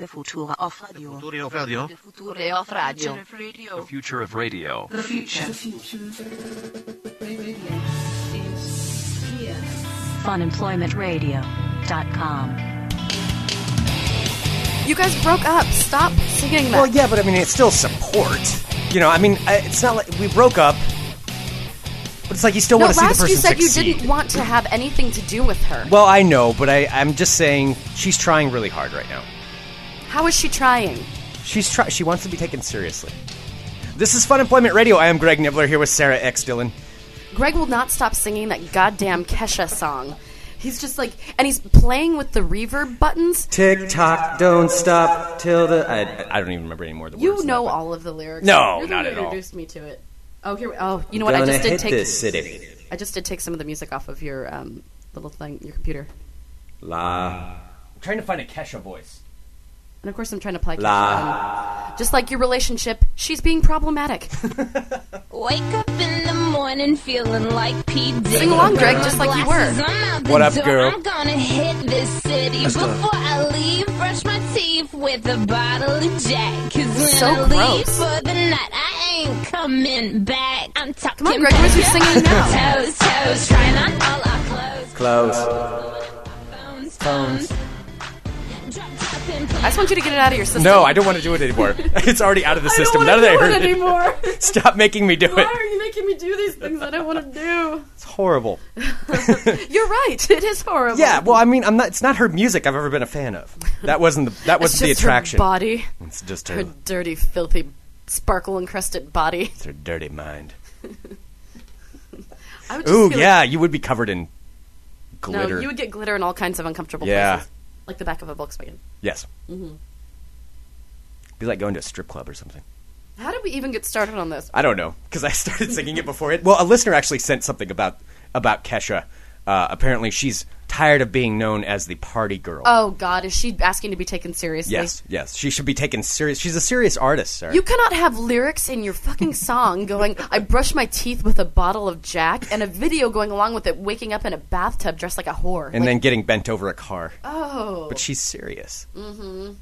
The future of radio. Future of radio. The future of radio. The future of radio. The future. The future. is here. Funemploymentradio.com. You guys broke up. Stop singing that. Well, yeah, but I mean, it's still support. You know, I mean, I- it's not like we broke up, but it's like you still no, want to see the last person you said succeed. you didn't want to have anything to do with her. Well, I know, but I, I'm just saying she's trying really hard right now. How is she trying? She's try- she wants to be taken seriously. This is Fun Employment Radio. I am Greg Nibbler here with Sarah X Dillon. Greg will not stop singing that goddamn Kesha song. He's just like, and he's playing with the reverb buttons. Tick tock, don't stop till the. I, I don't even remember anymore. The You words know now, all of the lyrics. No, You're the not one who at all. Introduced me to it. Oh, here. We, oh, you know but what? I Gonna just did hit take. this city. I just did take some of the music off of your um, little thing, your computer. La. I'm trying to find a Kesha voice. And of course, I'm trying to play. La. Kesha. Just like your relationship, she's being problematic. Wake up in the morning feeling like P. Diddy. Sing along, Greg, just like you were. Glasses, I'm out the What up, door. girl? I'm gonna hit this city before I leave. Brush my teeth with a bottle of Jack. Cause when So I leave gross. for the night, I ain't coming back. I'm talking Come on, Greg, where's your singing now? toes, toes, trying on all our clothes. Close. Phones, phones. Drop, drop, and I just want you to get it out of your system. No, I don't want to do it anymore. It's already out of the system. I don't None of want that to hurt. do it anymore. Stop making me do Why it. are you making me do these things I don't want to do? It's horrible. You're right. It is horrible. Yeah, well, I mean, I'm not. It's not her music I've ever been a fan of. That wasn't the. That it's wasn't the just her attraction. body, It's just her her. dirty, filthy, sparkle encrusted body. It's her dirty mind. I would just Ooh, feel yeah, you would be covered in Like, glitter. No, you would get glitter in all kinds of uncomfortable Yeah. places, like the back of a Volkswagen. yes. Mm-hmm. Be like going to a strip club or something. How did we even get started on this? I don't know because I started singing it before it. Well, a listener actually sent something about about Kesha. Uh, apparently, she's tired of being known as the party girl. Oh God, is she asking to be taken seriously? yes, yes, she should be taken serious. She's a serious artist, sir. You cannot have lyrics in your fucking song going, I brush my teeth with a bottle of Jack, and a video going along with it, waking up in a bathtub dressed like a whore. and Like, then getting bent over a car. oh. But she's serious. Mm-hmm.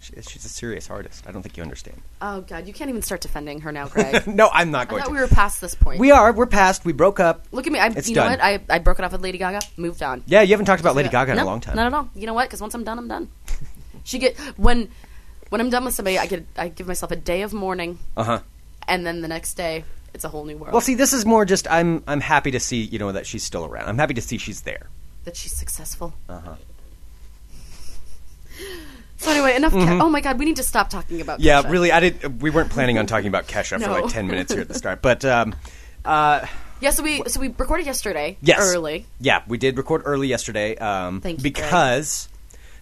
She, she's a serious artist. I don't think you understand. Oh God, you can't even start defending her now, Greg. No, I'm not I going thought to. we were past this point. We are. We're past. We broke up. Look at me. I, It's you know done. what? I, I broke it off with Lady Gaga. Moved on. Yeah, you haven't talked about Lady Yeah. Gaga in No, a long time. Not at all. You know what? Because once I'm done, I'm done. she get when when I'm done with somebody, I get I give myself a day of mourning, Uh huh. and then the next day it's a whole new world. Well, see, this is more just I'm I'm happy to see you know that she's still around. I'm happy to see she's there. that she's successful. Uh Uh-huh. huh. So anyway, enough. Ke- oh my God, we need to stop talking about. Mm-hmm. Yeah, Kesha. really. I did. We weren't planning on talking about Kesha for No. like ten minutes here at the start, but um, uh, Yeah. So we so we recorded yesterday. yes, Early. Yeah, we did record early yesterday. Um, Thank you, Greg. because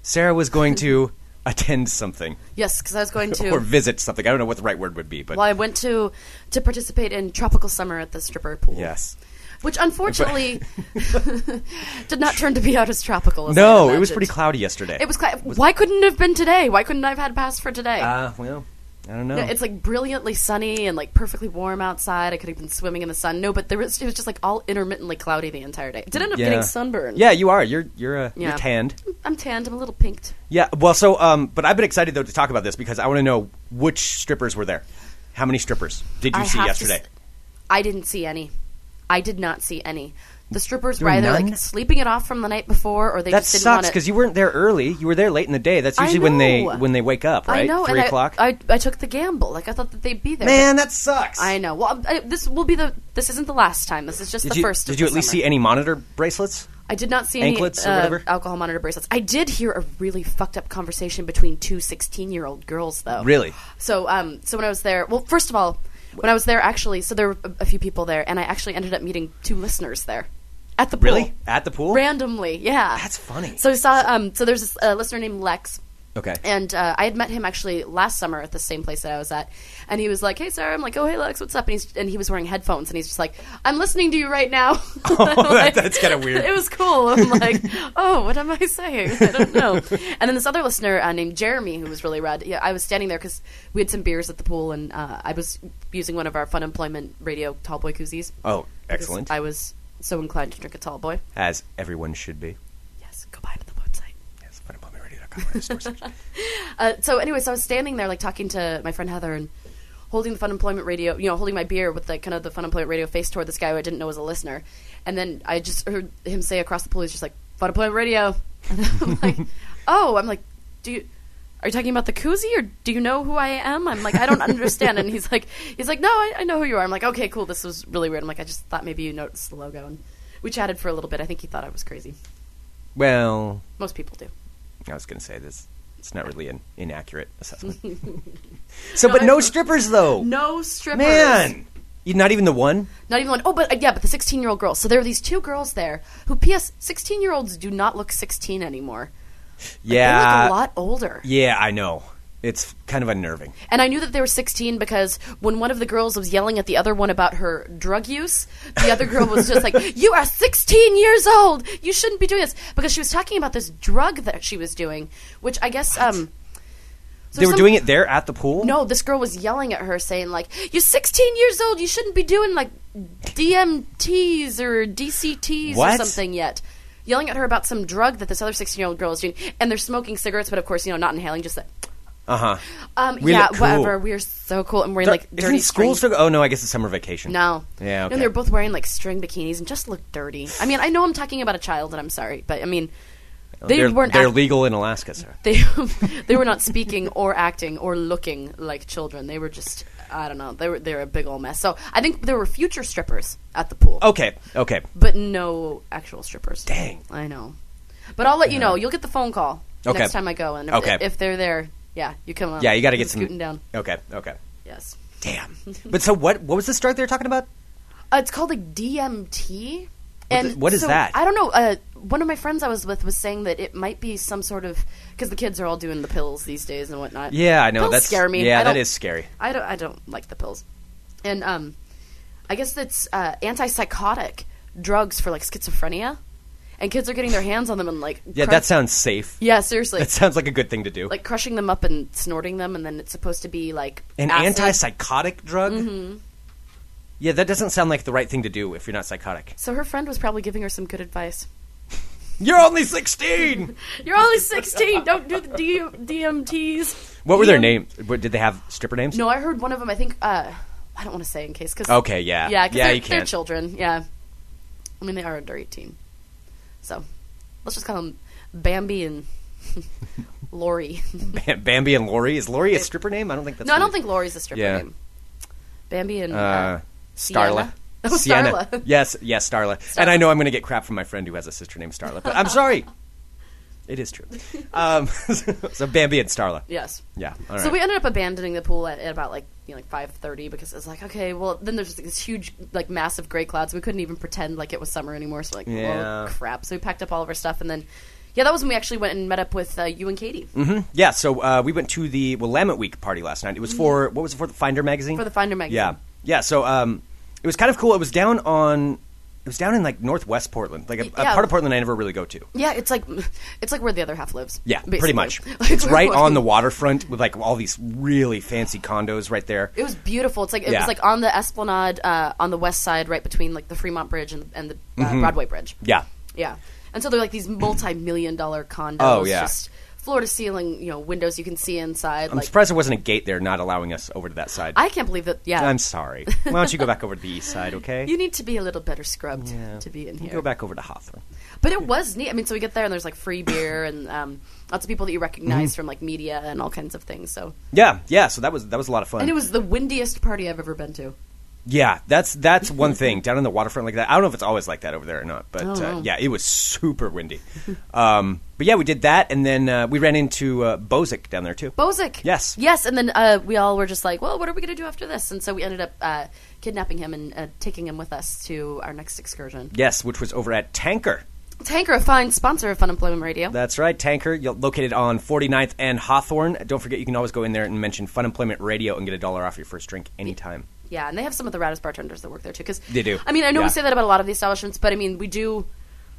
Sarah was going to attend something Yes, because I was going to. or visit something. I don't know what the right word would be, but well, I went to to participate in tropical summer at the stripper pool. yes. which unfortunately did not turn to be out as tropical. As I No, had it was imagined. pretty cloudy yesterday. It was, cla- Why couldn't it have been today? Why couldn't I have had a pass for today? Uh, well, I don't know. Yeah, it's like brilliantly sunny and like perfectly warm outside. I could have been swimming in the sun. No, but there was it was just like all intermittently cloudy the entire day. I did end up getting sunburned. Yeah, you are. You're you're uh, Yeah. you're tanned. I'm tanned. I'm a little pinked. Yeah. Well, so um, but I've been excited though to talk about this because I want to know which strippers were there. How many strippers did you I see have to yesterday? s- I didn't see any. I did not see any. The strippers There were were either like none? sleeping it off from the night before, or they that just didn't sucks want because you weren't there early. You were there late in the day. That's I usually when they know. when they wake up, right? I know, Three and o'clock. I, I I took the gamble. Like I thought that they'd be there. Man, that sucks. I know. Well, I, this will be the. This isn't the last time. This is just did the you, first. Did of you the at least summer. see any monitor bracelets? I did not see Anklets or any uh, whatever? alcohol monitor bracelets. I did hear a really fucked up conversation between two 16 year old girls, though. Really? So, um, so when I was there, well, first of all, when I was there, actually, so there were a, a few people there, and I actually ended up meeting two listeners there at the pool. Really? At the pool? Randomly, yeah. That's funny. So I saw. Um, so there's this uh, listener named Lex. Okay. And uh, I had met him actually last summer at the same place that I was at, and he was like, "Hey, Sarah." I'm like, "Oh, hey, Lex, what's up?" And he's and he was wearing headphones, and he's just like, "I'm listening to you right now." Oh, that- that's kinda weird. It was cool. I'm like, "Oh, what am I saying? I don't know." and then this other listener uh, named Jeremy, who was really rad. Yeah, I was standing there because we had some beers at the pool, and uh, I was using one of our Fun Employment Radio tall boy koozies. oh, because excellent. I was so inclined to drink a tall boy. As everyone should be. Yes, go buy it at the website. Yes, funemploymentradio.com. God, I just- Uh, so anyway, so I was standing there like talking to my friend Heather and holding the Fun Employment Radio, you know, holding my beer with like kind of the Fun Employment Radio face toward this guy who I didn't know was a listener, and then I just heard him say across the pool, he's just like Fun Employment Radio, and I'm like, oh, I'm like, do you? Are you talking about the koozie, or do you know who I am? I'm like, I don't understand. And he's like, he's like, no, I, I know who you are. I'm like, okay, cool. This was really weird. I'm like, I just thought maybe you noticed the logo, and we chatted for a little bit. I think he thought I was crazy. well, Most people do. I was going to say this. It's not really an inaccurate assessment. so, but no strippers though. No strippers. Man, you not even the one. Not even one. Oh, but uh, yeah, but the 16 year old girls. So there were these two girls there who, P.S., 16 year olds do not look 16 anymore. They Yeah, look a lot older. yeah, I know. It's kind of unnerving. And I knew that they were 16 because when one of the girls was yelling at the other one about her drug use, the other girl was just like, You are 16 years old! You shouldn't be doing this. Because she was talking about this drug that she was doing, which I guess. um so they were some- doing it there at the pool. No, this girl was yelling at her, saying like, "You're 16 years old. You shouldn't be doing like DMTs or DCTs or What? something yet." Yelling at her about some drug that this other 16 year old girl is doing, and they're smoking cigarettes, but of course, you know, not inhaling. Just that. uh huh. Um, We yeah, look cool. whatever. We're so cool, and we're in, like dirty Isn't school string- still? Oh no, I guess it's summer vacation. No, Yeah, okay. and they're both wearing like string bikinis and just look dirty. I mean, I know I'm talking about a child, and I'm sorry, but I mean, they are weren't. They're act- legal in Alaska, sir. they they were not speaking or acting or looking like children. They were just I don't know. They were they were a big old mess. So I think there were future strippers at the pool, Okay, okay. but no actual strippers. Dang. I know. But I'll let you know. You'll get the phone call Okay. next time I go, and if, Okay. if they're there, yeah, you come on. Yeah, you got to You're get some. scooting down. Okay, okay. Yes, Damn. But so what? What was this drug they were talking about? uh, it's called like DMT. And is- what is so, that? I don't know. Uh, one of my friends I was with was saying that it might be some sort of because the kids are all doing the pills these days and whatnot. Yeah, I know. Pills that's scare me. Yeah, I that don't- is scary. I don't I don't like the pills. And um I guess that's uh antipsychotic drugs for like schizophrenia. And kids are getting their hands on them and like Yeah, crush- that sounds safe. Yeah, seriously. That sounds like a good thing to do. like crushing them up and snorting them and then it's supposed to be like An acid. antipsychotic drug. Mm-hmm. Yeah, that doesn't sound like the right thing to do if you're not psychotic. So her friend was probably giving her some good advice. You're only sixteen. You're only 16. Don't do the D- DMTs. what were their DM names? What, did they have stripper names? No, I heard one of them. I think uh, I don't want to say in case because Okay, yeah. yeah, 'cause Yeah, they're, you they're can't. children. Yeah, I mean they are under eighteen, so let's just call them Bambi and Lori. Bam- Bambi and Lori. Is Lori a stripper name? I don't think that's. no, I what don't it- think Lori's a stripper Yeah. name. Bambi and uh, Uh, Starla. Sienna. Oh, Sienna. Starla. Yes, yes, Starla. And I know I'm going to get crap from my friend who has a sister named Starla, but I'm sorry. it is true. Um, so Bambi and Starla. yes. Yeah. All right. So we ended up abandoning the pool at, at about like you know, like five thirty because it's like okay, well then there's like, this huge like massive gray clouds. We couldn't even pretend like it was summer anymore. So like Yeah. oh crap. So we packed up all of our stuff and then yeah, that was when we actually went and met up with uh, you and Katie yeah. So uh, we went to the Willamette Week party last night. It was for what was it for the Finder magazine? Mm. for the Finder Yeah. magazine. Yeah. So um, it was kind of cool. It was down on. It was down in like northwest Portland, like a, a Yeah. part of Portland I never really go to. Yeah, it's like it's like where the other half lives. Yeah, basically. pretty much. Like, it's right where- on the waterfront with like all these really fancy condos right there. It was beautiful. It's like it Yeah. was like on the Esplanade uh, on the west side, right between like the Fremont Bridge and, and the uh, Mm-hmm. Broadway Bridge. Yeah. Yeah. And so they're like these multi-million dollar condos. Oh, yeah. Just floor to ceiling, you know, windows you can see inside. I'm like surprised there wasn't a gate there not allowing us over to that side. I can't believe that. Yeah. I'm sorry. Why don't you go back over to the east side, okay? you need to be a little better scrubbed Yeah. to be in You here. Go back over to Hawthorne. But it was neat. I mean, so we get there and there's like free beer and um, lots of people that you recognize from like media and all kinds of things. So Mm-hmm. Yeah, yeah. So that was that was a lot of fun. and it was the windiest party I've ever been to. yeah, that's that's one thing down on the waterfront like that. I don't know if it's always like that over there or not, but Oh, uh, wow. yeah, it was super windy. um, but yeah, we did that, and then uh, we ran into uh, Bozic down there too. Bozic. Yes. Yes. And then uh, we all were just like, well, what are we going to do after this? And so we ended up uh, kidnapping him and uh, taking him with us to our next excursion. yes, which was over at Tanker. Tanker, a fine sponsor of Fun Employment Radio. That's right, Tanker, you're located on 49th and Hawthorne. Don't forget, you can always go in there and mention Fun Employment Radio and get a dollar off your first drink anytime. Yeah, and they have some of the raddest bartenders that work there too. Because They do. I mean, I know Yeah. we say that about a lot of the establishments, but I mean, we do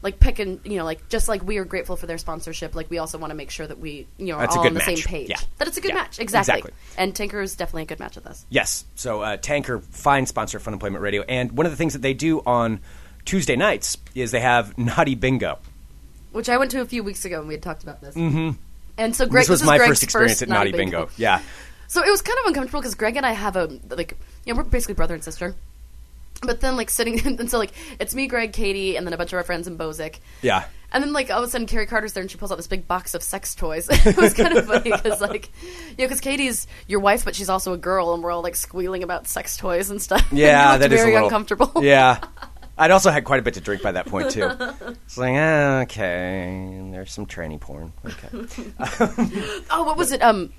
like pick and you know, like just like we are grateful for their sponsorship, like we also want to make sure that we you know are That's a all good on the match. same page. Yeah. That it's a good Yeah. match, exactly. Exactly. And Tinker is definitely a good match with us. Yes. So uh, Tanker, fine sponsor of Fun Employment Radio. And one of the things that they do on Tuesday nights is they have Naughty Bingo. Which I went to a few weeks ago, and we had talked about this. Mm-hmm. And so Greg, this was is my Greg's first experience at Naughty Bingo. Yeah. So it was kind of uncomfortable because Greg and I have a like, you know, we're basically brother and sister. But then like sitting, and so like it's me, Greg, Katie, and then a bunch of our friends in Bozic. Yeah. And then, like, all of a sudden, Carrie Carter's there, and she pulls out this big box of sex toys. it was kind of funny because, like, you know, because Katie's your wife, but she's also a girl, and we're all like squealing about sex toys and stuff. And Yeah, we looked that is very a little uncomfortable. Yeah. I'd also had quite a bit to drink by that point too. It's like ah, okay, there's some tranny porn. Okay, what, Oh, what was it? Um,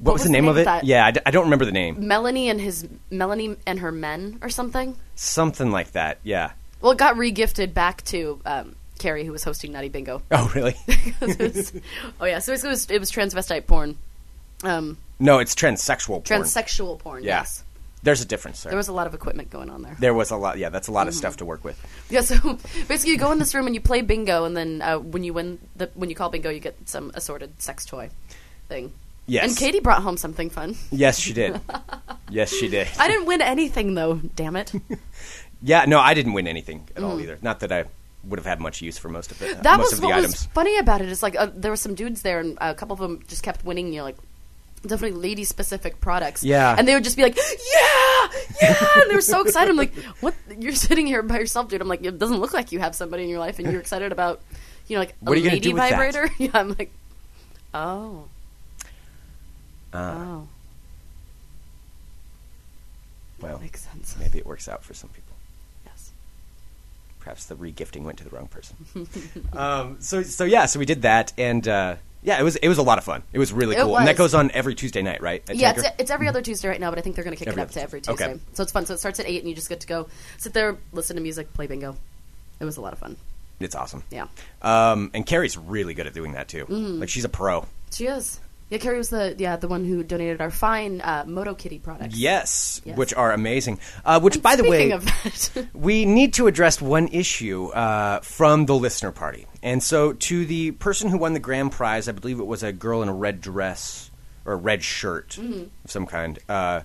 was, the name, of it? that- Yeah, I, d- I don't remember the name. Melanie and his Melanie and her men, or something. Something like that. Yeah. Well, it got regifted back to um, Carrie, who was hosting Naughty Bingo. Oh, really? It was- oh yeah, so it was it was transvestite porn, um, no, it's transsexual. Porn. transsexual porn. Yeah. Yes, There's a difference there. there was Mm-hmm. a lot of equipment going on there. there was a lot. Yeah, that's a lot of stuff to work with. Yeah, so basically you go in this room and you play bingo, and then uh, when you win the when you call bingo, you get some assorted sex toy thing. Yes. And Katie brought home something fun. Yes, she did. yes, she did. I didn't win anything though. Damn it! Yeah, no, I didn't win anything at all either. Not that I would have had much use for most of it. Mm. That most was of the what items. was funny about it. Is like uh, there were some dudes there, and a couple of them just kept winning. You know, like definitely lady specific products. Yeah. and they would just be like, "Yeah, yeah," and they were so excited. I'm like, "What? You're sitting here by yourself, dude." I'm like, "It doesn't look like you have somebody in your life, and you're excited about, you know, like What a are you gonna lady do with that? vibrator." yeah, I'm like, "Oh, Uh, oh, well, makes sense." maybe it works out for some people. Yes. Perhaps the regifting went to the wrong person. um, so, so yeah, so we did that, and uh, yeah, it was it was a lot of fun. It was really It cool, and that was. goes on every Tuesday night, right? at Yeah, Tanker? it's, it's every other Tuesday right now, but I think they're going to kick Mm-hmm. Every it up other to every Tuesday. Tuesday. Okay. So it's fun. So it starts at 8, and you just get to go sit there, listen to music, play bingo. It was a lot of fun. It's awesome. Yeah. Mm-hmm. Um, and Carrie's really good at doing that too. Like she's a pro. She is. Yeah, Carrie was the yeah the one who donated our fine uh, Moto Kitty products. Yes, Yes. which are amazing. Uh, which, by the way, Speaking of that, we need to address one issue uh, from the listener party. And so, to the person who won the grand prize, I believe it was a girl in a red dress or a red shirt Mm-hmm. of some kind, uh,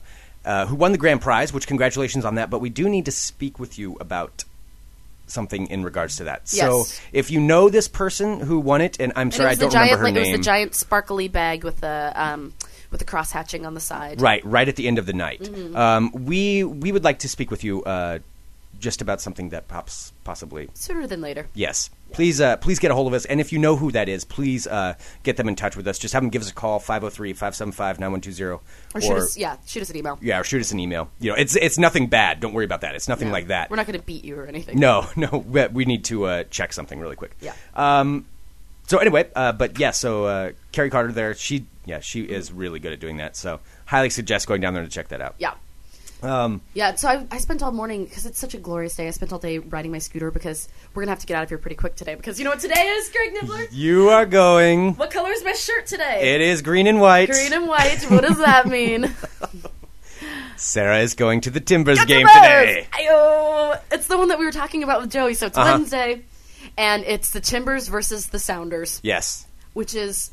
uh, who won the grand prize, which congratulations on that. But we do need to speak with you about something in regards to that. So, Yes. if you know this person who won it, and I'm And sorry, it I was don't the giant remember her like name. it was the giant sparkly bag with the um with the cross hatching on the side. Right, right at the end of the night. Mm-hmm. Um, we we would like to speak with you uh, just about something that pops possibly. Sooner than later. Yes, please uh, please get a hold of us, and if you know who that is, please uh, get them in touch with us. Just have them give us a call 503-575-9120 Or shoot us yeah, shoot us an email. yeah, or shoot us an email. You know, it's it's nothing bad. Don't worry about that. It's nothing like that. We're not going to beat you or anything. no, no, we- we need to uh, check something really quick. Yeah. Um, so anyway, uh, but yeah, so uh, Carrie Carter there, she yeah, she is really good at doing that. So highly suggest going down there to check that out. Yeah. Um, Yeah, so I, I spent all morning because it's such a glorious day. I spent all day riding my scooter because we're gonna have to get out of here pretty quick today. Because you know what today is, Greg Nibbler? You are going. What color is my shirt today? It is green and white. Green and white. What does that mean? Sarah is going to the Timbers game Timbers! today. Ayo! It's the one that we were talking about with Joey. So it's Uh-huh. Wednesday, and it's the Timbers versus the Sounders, Yes. which is.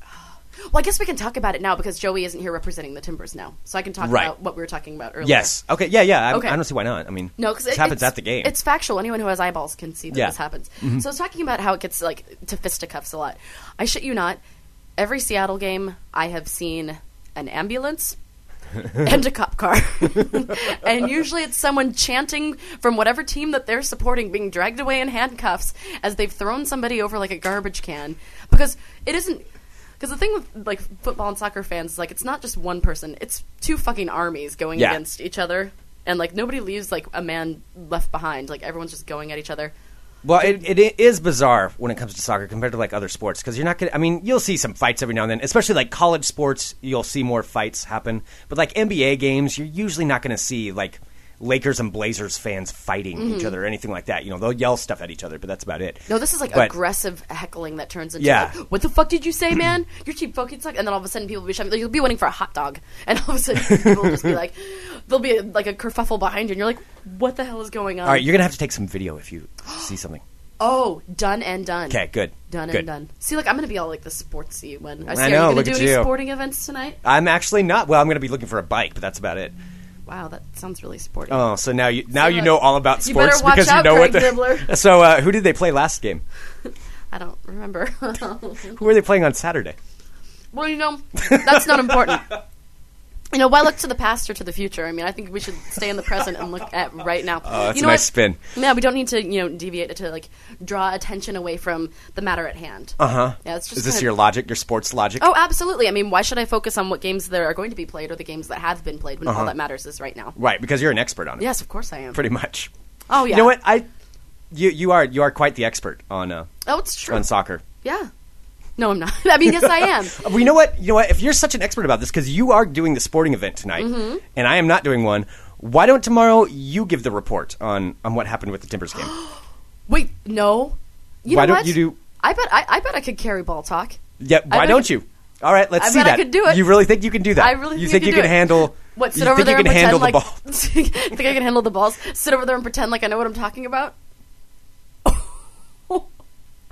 Well, I guess we can talk about it now because Joey isn't here representing the Timbers now, so I can talk Right. about what we were talking about earlier. Yes. Okay. Yeah. Yeah. I, Okay. I don't see why not. I mean, No, because this it happens it's- at the game. It's factual. Anyone who has eyeballs can see that Yeah. Mm-hmm. this happens. So I was talking about how it gets like to fisticuffs a lot. I shit you not. Every Seattle game, I have seen an ambulance and a cop car, and usually it's someone chanting from whatever team that they're supporting being dragged away in handcuffs as they've thrown somebody over like a garbage can because it isn't. Because the thing with like football and soccer fans is like it's not just one person; it's two fucking armies going Yeah. against each other and like nobody leaves like a man left behind like everyone's just going at each other well, it, it is bizarre when it comes to soccer compared to like other sports because you're not gonna. I mean, you'll see some fights every now and then, especially like college sports. You'll see more fights happen, but like NBA games, you're usually not going to see like Lakers and Blazers fans fighting each Mm-hmm. other or anything like that. You know, they'll yell stuff at each other, but that's about it. no this is like But- aggressive heckling that turns into Yeah. like, what the fuck did you say man your team fucking suck and then all of a sudden people will be shouting you'll be waiting for a hot dog and all of a sudden people will just be like there'll be like a kerfuffle behind you and you're like what the hell is going on All right, you're going to have to take some video if you see something. oh done and done Okay. Good. done good. and done see look i'm gonna be all like the sportsy when i see I are know, you gonna look do at any you. sporting events tonight I'm actually not. Well, I'm going to be looking for a bike, but that's about it. wow that sounds really sporty Oh, so now you now you look, know all about you better sports watch because you out, know what Craig the. Nibbler. So uh, who did they play last game? i don't remember Who were they playing on Saturday? Well, you know, that's not important. You know, why look to the past or to the future? I mean, I think we should stay in the present and look at right now. Oh, that's you know a nice what? spin. Yeah, we don't need to, you know, deviate to like draw attention away from the matter at hand. Uh huh. Yeah, it's Uh-huh. just Is this kinda- your logic, your sports logic? Oh, absolutely. I mean, why should I focus on what games there are going to be played or the games that have been played when all that matters is right now? Right, because you're an expert on it. Yes, of course I am. Uh-huh. Pretty much. Oh yeah. You know what? I you you are you are quite the expert on uh, Oh, it's true. on soccer. Yeah. No, I'm not. I mean, yes, I am. Uh, Well, you know what? You know what? If you're such an expert about this, because you are doing the sporting event tonight, Mm-hmm. and I am not doing one, why don't tomorrow you give the report on, on what happened with the Timbers game? Wait, no. You Why know don't what? you do- I bet. I, I bet I could carry ball talk. yeah, I why bet I don't could- you? All right, let's I see bet I that. could do it. You really think you can do that? I really you think think I you could do can it. handle? What? Sit you over think there you can and pretend handle the like ball? think I can handle the balls? Sit over there and pretend like I know what I'm talking about.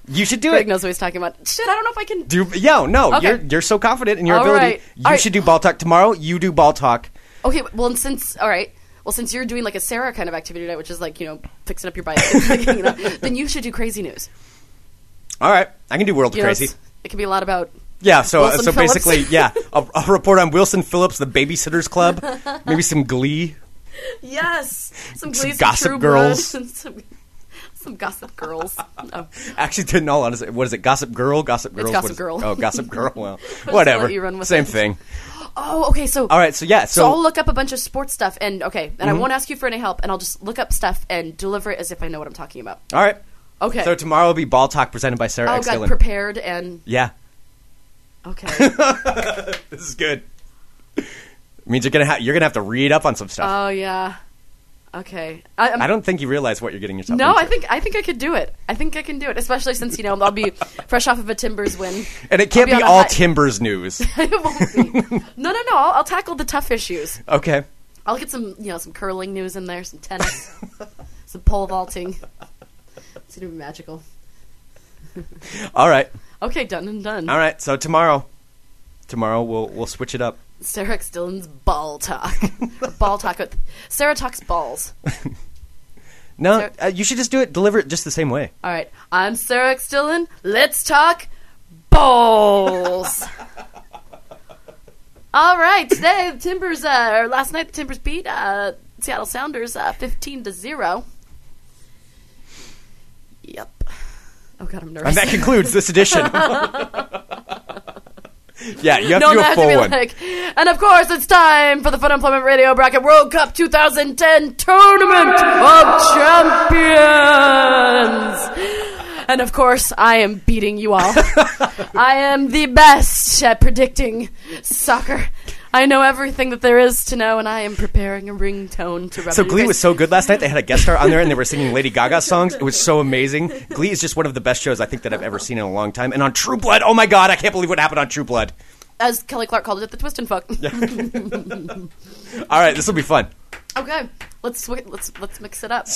You should do Greg it. knows what he's talking about. Shit, I don't know if I can. Do yo no? Okay. You're you're so confident in your All ability. right. You All right. should do ball talk tomorrow. You do ball talk. Okay, well, and since all right, well, since you're doing like a Sarah kind of activity tonight, which is like you know fixing up your bike, like, you know, then you should do crazy news. All right, I can do world You know, crazy. it's- it could be a lot about. Yeah, so uh, Wilson so Phillips. basically, yeah, a, a report on Wilson Phillips, the Babysitters Club, maybe some Glee. Yes, some, glee, some Gossip True Girls. Blood, and some, some gossip girls. No. Actually, in all honesty, what is it? Gossip Girl, Gossip Girl, Gossip what is- Girl. Oh, Gossip Girl. Well, whatever. let you run with Same it. thing. Oh, okay. So All right, so yeah, so, Mm-hmm. So, I'll look up a bunch of sports stuff, and okay, and I won't ask you for any help, and I'll just look up stuff and deliver it as if I know what I'm talking about. all right. Okay. So tomorrow will be Ball Talk presented by Sarah oh X. God, Dillon. prepared and yeah, okay. this is good. means you're gonna ha- you're gonna have to read up on some stuff. oh yeah. Okay. I, I'm, I don't think you realize what you're getting yourself. No, into. I think I think I could do it. I think I can do it, especially since you know I'll be fresh off of a Timbers win. and it can't I'll be, be on a all high- Timbers news. it won't be. No, no, no. I'll, I'll tackle the tough issues. okay. I'll get some you know some curling news in there, some tennis, some pole vaulting. It's gonna be magical. All right. Okay, done and done. All right. So tomorrow, tomorrow we'll we'll switch it up. Sarah X Dillon's ball talk. ball talk. With, Sarah talks balls. No, Sarah- uh, you should just do it. Deliver it just the same way. All right. I'm Sarah X Dillon. Let's talk balls. All right. Today, the Timbers, uh, or last night, the Timbers beat uh, Seattle Sounders uh, 15 to 0. Yep. Oh, God, I'm And nervous. that concludes this edition. yeah, you have no, to do no, a I have full to be one. like, and of course, it's time for the Fun Employment Radio Bracket World Cup 2010 Tournament of Champions. And of course, I am beating you all. I am the best at predicting soccer. I know everything that there is to know, and I am preparing a ringtone to rub so in your Glee face. was so good last night. They had a guest star on there, and they were singing Lady Gaga songs. It was so amazing. Glee is just one of the best shows I think that I've ever seen in a long time. And on True Blood, oh my god, I can't believe what happened on True Blood. as Kelly Clark called it, the twist and fuck. All right, this will be fun. Okay, let's swi- let's let's mix it up.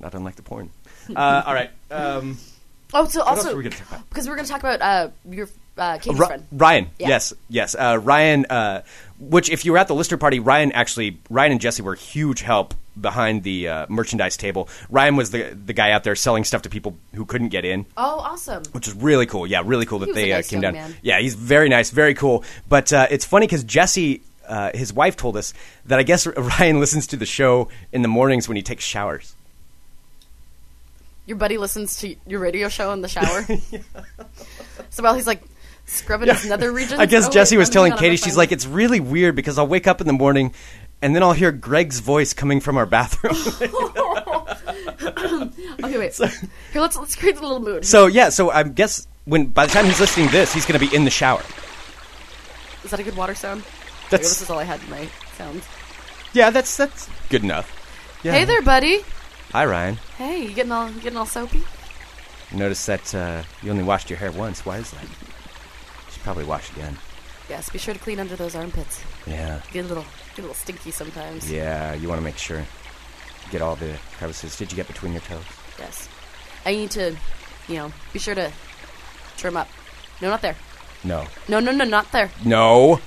Not unlike the porn. Uh, all right, um, Oh, so what else also were we gonna talk about? because we're going to talk about uh, your uh, Katie's Ri- friend. Ryan. Yeah. Yes, yes. Uh, Ryan, uh, which if you were at the listener party, Ryan actually, Ryan and Jesse were huge help behind the uh, merchandise table. Ryan was the the guy out there selling stuff to people who couldn't get in, Oh, awesome. which is really cool. Yeah, really cool that was a they uh, nice came young down. man. Yeah, he's very nice, very cool. But uh, it's funny because Jesse. Uh, his wife told us that I guess Ryan listens to the show in the mornings when he takes showers. Your buddy listens to your radio show in the shower. So while he's like scrubbing his nether regions. I guess oh, Jesse wait, was I'm telling not on my Katie, she's phone. like, it's really weird because I'll wake up in the morning and then I'll hear Greg's voice coming from our bathroom. okay, wait. Here, let's let's create a little mood. so yeah, so I guess when by the time he's listening to this, he's going to be in the shower. Is that a good water sound? Okay, this That's is all I had in my sounds. yeah, that's that's good enough. Yeah. Hey there, buddy. Hi Ryan. Hey, you getting all you getting all soapy? Notice that uh, you only washed your hair once. Why is that? You should probably wash again. Yes. Be sure to clean under those armpits. Yeah, Get a little get a little stinky sometimes. yeah. You want to make sure you get all the crevices. Did you get between your toes? Yes. I need to, you know, be sure to trim up. No, not there. No, No, no, no, not there. no.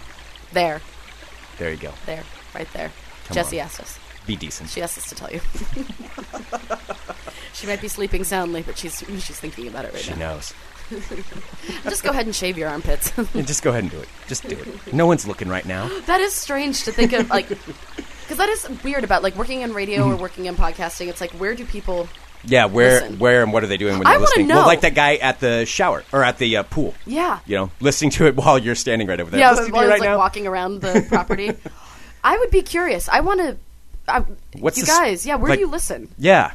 There, There you go. there, right there. Come Jesse on. asked us. Be decent. She asked us to tell you. she might be sleeping soundly, but she's she's thinking about it right She now. knows. Just go ahead and shave your armpits. And just go ahead and do it. Just do it. No one's looking right now. that is strange to think of, like, because that is weird about like working in radio or working in podcasting. It's like where do people? Yeah, where, Listen. where, and what are they doing when I they're wanna listening? know. Well, like that guy at the shower or at the uh, pool. Yeah, You know, listening to it while you're standing right over there. yeah. Listening to While it it's right like now. walking around the property, I would be curious. I want to. I, What's you this- guys? Yeah, where like- do you listen? Yeah,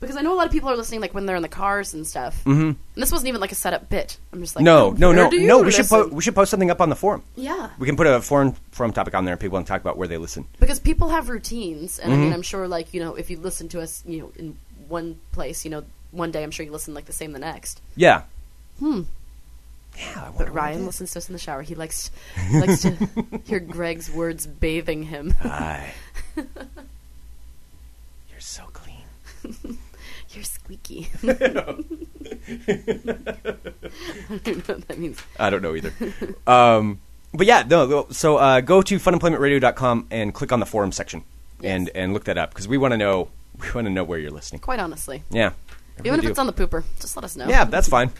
Because I know a lot of people are listening, like when they're in the cars and stuff. Mm-hmm. And this wasn't even like a setup bit. I'm just like, no, no, where no, do you no. We should po- listen? we should post something up on the forum. yeah, We can put a forum forum topic on there, and people can talk about where they listen. because people have routines, and Mm-hmm. I mean, I'm sure, like you know, if you listen to us, you know, in one place, you know, one day, I'm sure you listen like the same the next. Yeah. Hmm. Yeah. I wonder But what it Ryan is. listens to us in the shower. He likes he likes to hear Greg's words bathing him. Aye. You're so clean. You're squeaky. I don't even know what that means. I don't know either. um, but yeah, no. So uh, go to funemploymentradio.com and click on the forum section and and look that up because we want to know we want to know where you're listening. Quite honestly, Yeah. even We if do. it's on the pooper, just let us know. Yeah, that's fine.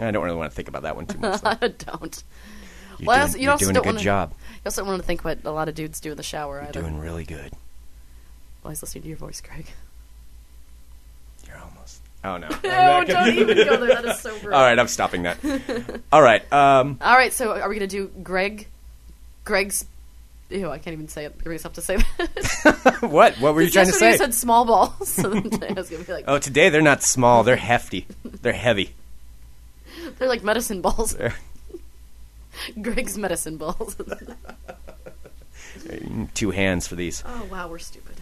I don't really want to think about that one too much. though. don't. You're Well, I doing, also- you you're also doing a don't good wanna- job. You also want to think what a lot of dudes do in the shower. either. Doing really good. Well, he's listening to your voice, Greg. You're almost. Oh no. No, don't even go there. That is so gross. All right, I'm stopping that. All right. Um, All right, so are we going to do Greg? Greg's. Ew, I can't even say it. You're going to have to say that. what? What were you trying to That's what say? You said small balls. So then I was going to be like, Oh, today they're not small. They're hefty. They're heavy. they're like medicine balls. They're Greg's medicine balls. two hands for these. oh, wow, we're stupid.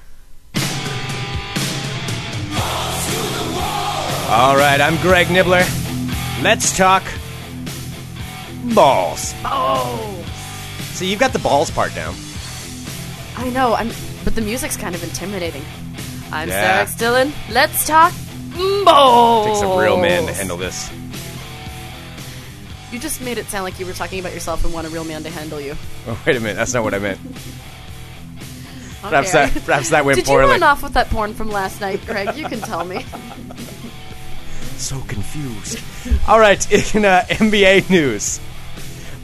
All right, I'm Greg Nibbler. Let's talk balls. Oh! So you've got the balls part down. I know, I'm, but the music's kind of intimidating. I'm Yeah. Sarah Dillon. Let's talk balls. Takes a real man to handle this. You just made it sound like you were talking about yourself and want a real man to handle you. Oh, wait a minute. That's not what I meant. Okay. Perhaps that perhaps that went Did you poorly. run off with that porn from last night, Greg? You can tell me. so confused. All right, in uh, NBA news,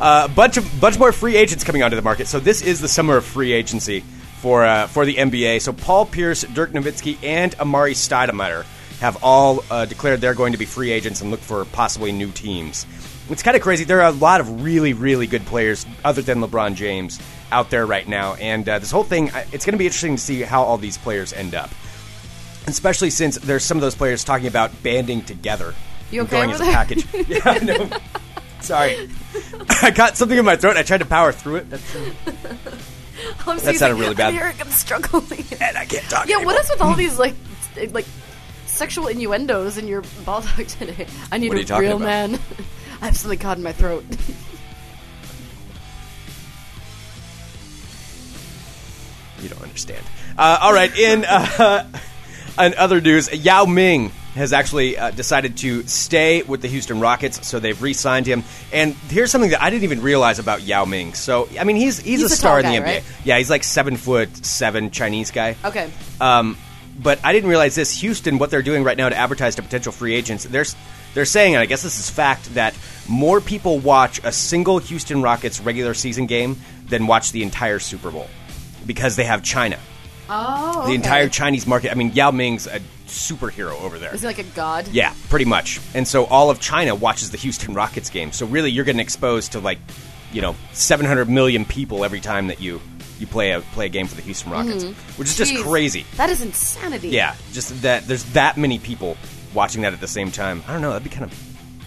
a uh, bunch of bunch more free agents coming onto the market. So this is the summer of free agency for uh, for the NBA. So Paul Pierce, Dirk Nowitzki, and Amari Stoudemire have all uh, declared they're going to be free agents and look for possibly new teams. It's kind of crazy. There are a lot of really, really good players other than LeBron James out there right now, and uh, this whole thing—it's going to be interesting to see how all these players end up especially since there's some of those players talking about banding together. You and okay going as over a there? package. yeah, I know. Sorry. I got something in my throat. I tried to power through it. That's, Hmm. I'm That sounded really bad. I'm, here, I'm struggling. and I can't talk. yeah, what anymore. is with all these like, t- like, sexual innuendos in your ball talk today? I need What are you a talking real about? man. I have something caught in my throat. You don't understand. Uh, all right. In uh, in other news, Yao Ming has actually uh, decided to stay with the Houston Rockets, so they've re-signed him. And here's something that I didn't even realize about Yao Ming. So I mean, he's he's, He's a a star tall in the guy, NBA. right? Yeah, he's like seven foot seven Chinese guy. okay. Um, but I didn't realize this. Houston, what they're doing right now to advertise to potential free agents, they're they're saying, and I guess this is fact, that more people watch a single Houston Rockets regular season game than watch the entire Super Bowl because they have China, Oh. the entire Chinese market. I mean, Yao Ming's a superhero over there. Is he like a god? Yeah, pretty much. And so all of China watches the Houston Rockets game. So really, you're getting exposed to like, you know, 700 million people every time that you you play a play a game for the Houston Rockets, which is just Mm-hmm. Jeez. crazy. That is insanity. Yeah, just that there's that many people watching that at the same time. I don't know. That'd be kind of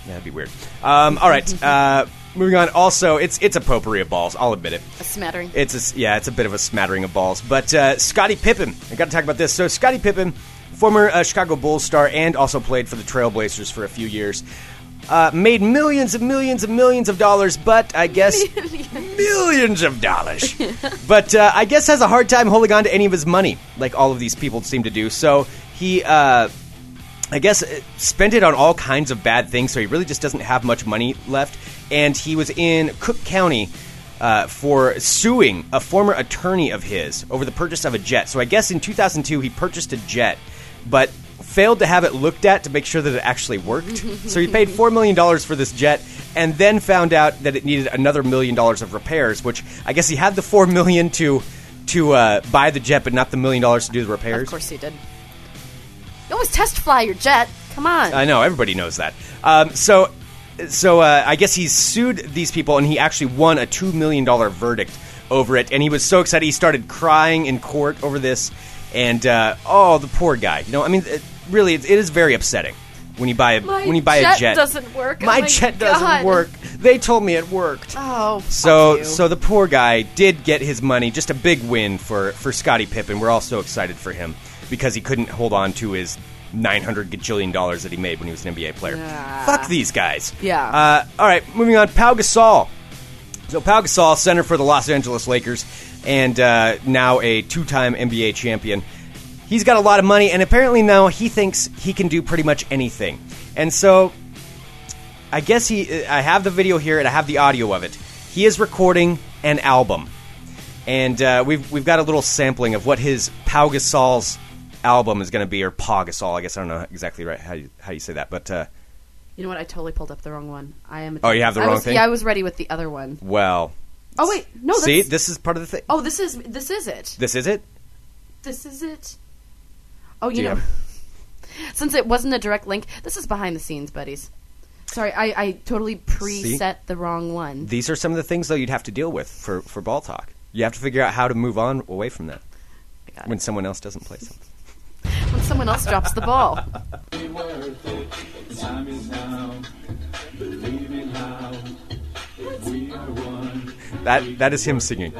yeah, that'd be weird. Um, all right, uh, moving on. Also, it's it's a potpourri of balls. I'll admit it. A smattering. It's a, s- yeah, it's a bit of a smattering of balls. But uh, Scottie Pippen, I got to talk about this. So Scottie Pippen, former uh, Chicago Bulls star and also played for the Trailblazers for a few years, uh, made millions and millions and millions of dollars. But I guess millions of dollars. but uh, I guess has a hard time holding on to any of his money, like all of these people seem to do. So he. Uh, I guess uh, spent it on all kinds of bad things, so he really just doesn't have much money left. And he was in Cook County uh, for suing a former attorney of his over the purchase of a jet. So I guess in 2002 he purchased a jet, but failed to have it looked at to make sure that it actually worked. so he paid $4 million for this jet and then found out that it needed another million dollars of repairs, which I guess he had the $4 million to. To uh, buy the jet, but not the million dollars to do the repairs. Of course he did. You always test fly your jet. Come on. I know everybody knows that. Um, so, so uh, I guess he sued these people, and he actually won a two million dollar verdict over it. And he was so excited, he started crying in court over this. And uh, oh, the poor guy. You know, I mean, it, really, it, it is very upsetting when you buy a My when you buy jet a jet. doesn't work. Oh My, my jet God. doesn't work. They told me it worked. Oh, fuck So, you. so the poor guy did get his money. Just a big win for for Scottie Pippen. We're all so excited for him because he couldn't hold on to his nine hundred gajillion dollars that he made when he was an NBA player. Fuck these guys. Yeah. Uh, all right, moving on. Pau Gasol. So Pau Gasol, center for the Los Angeles Lakers, and uh, now a two-time NBA champion. He's got a lot of money, and apparently now he thinks he can do pretty much anything. And so I guess he. I have the video here and I have the audio of it. He is recording an album, and uh, we've we've got a little sampling of what his Pau Gasol's album is going to be, or Pau Gasol. I guess I don't know exactly right how you, how you say that, but uh, You know what? I totally pulled up the wrong one. I am. A Oh, you have the I wrong was- thing? Yeah, I was ready with the other one. well, Oh wait, no. That's, see, this is part of the thing. Oh, this is this is it. This is it. This is it. Oh, you Do you know, have- since it wasn't a direct link, this is behind the scenes, buddies. Sorry, I, I totally preset the wrong one. These are some of the things though you'd have to deal with for for ball talk. You have to figure out how to move on away from that got it. when someone else doesn't play something. When someone else drops the ball. That that is him singing.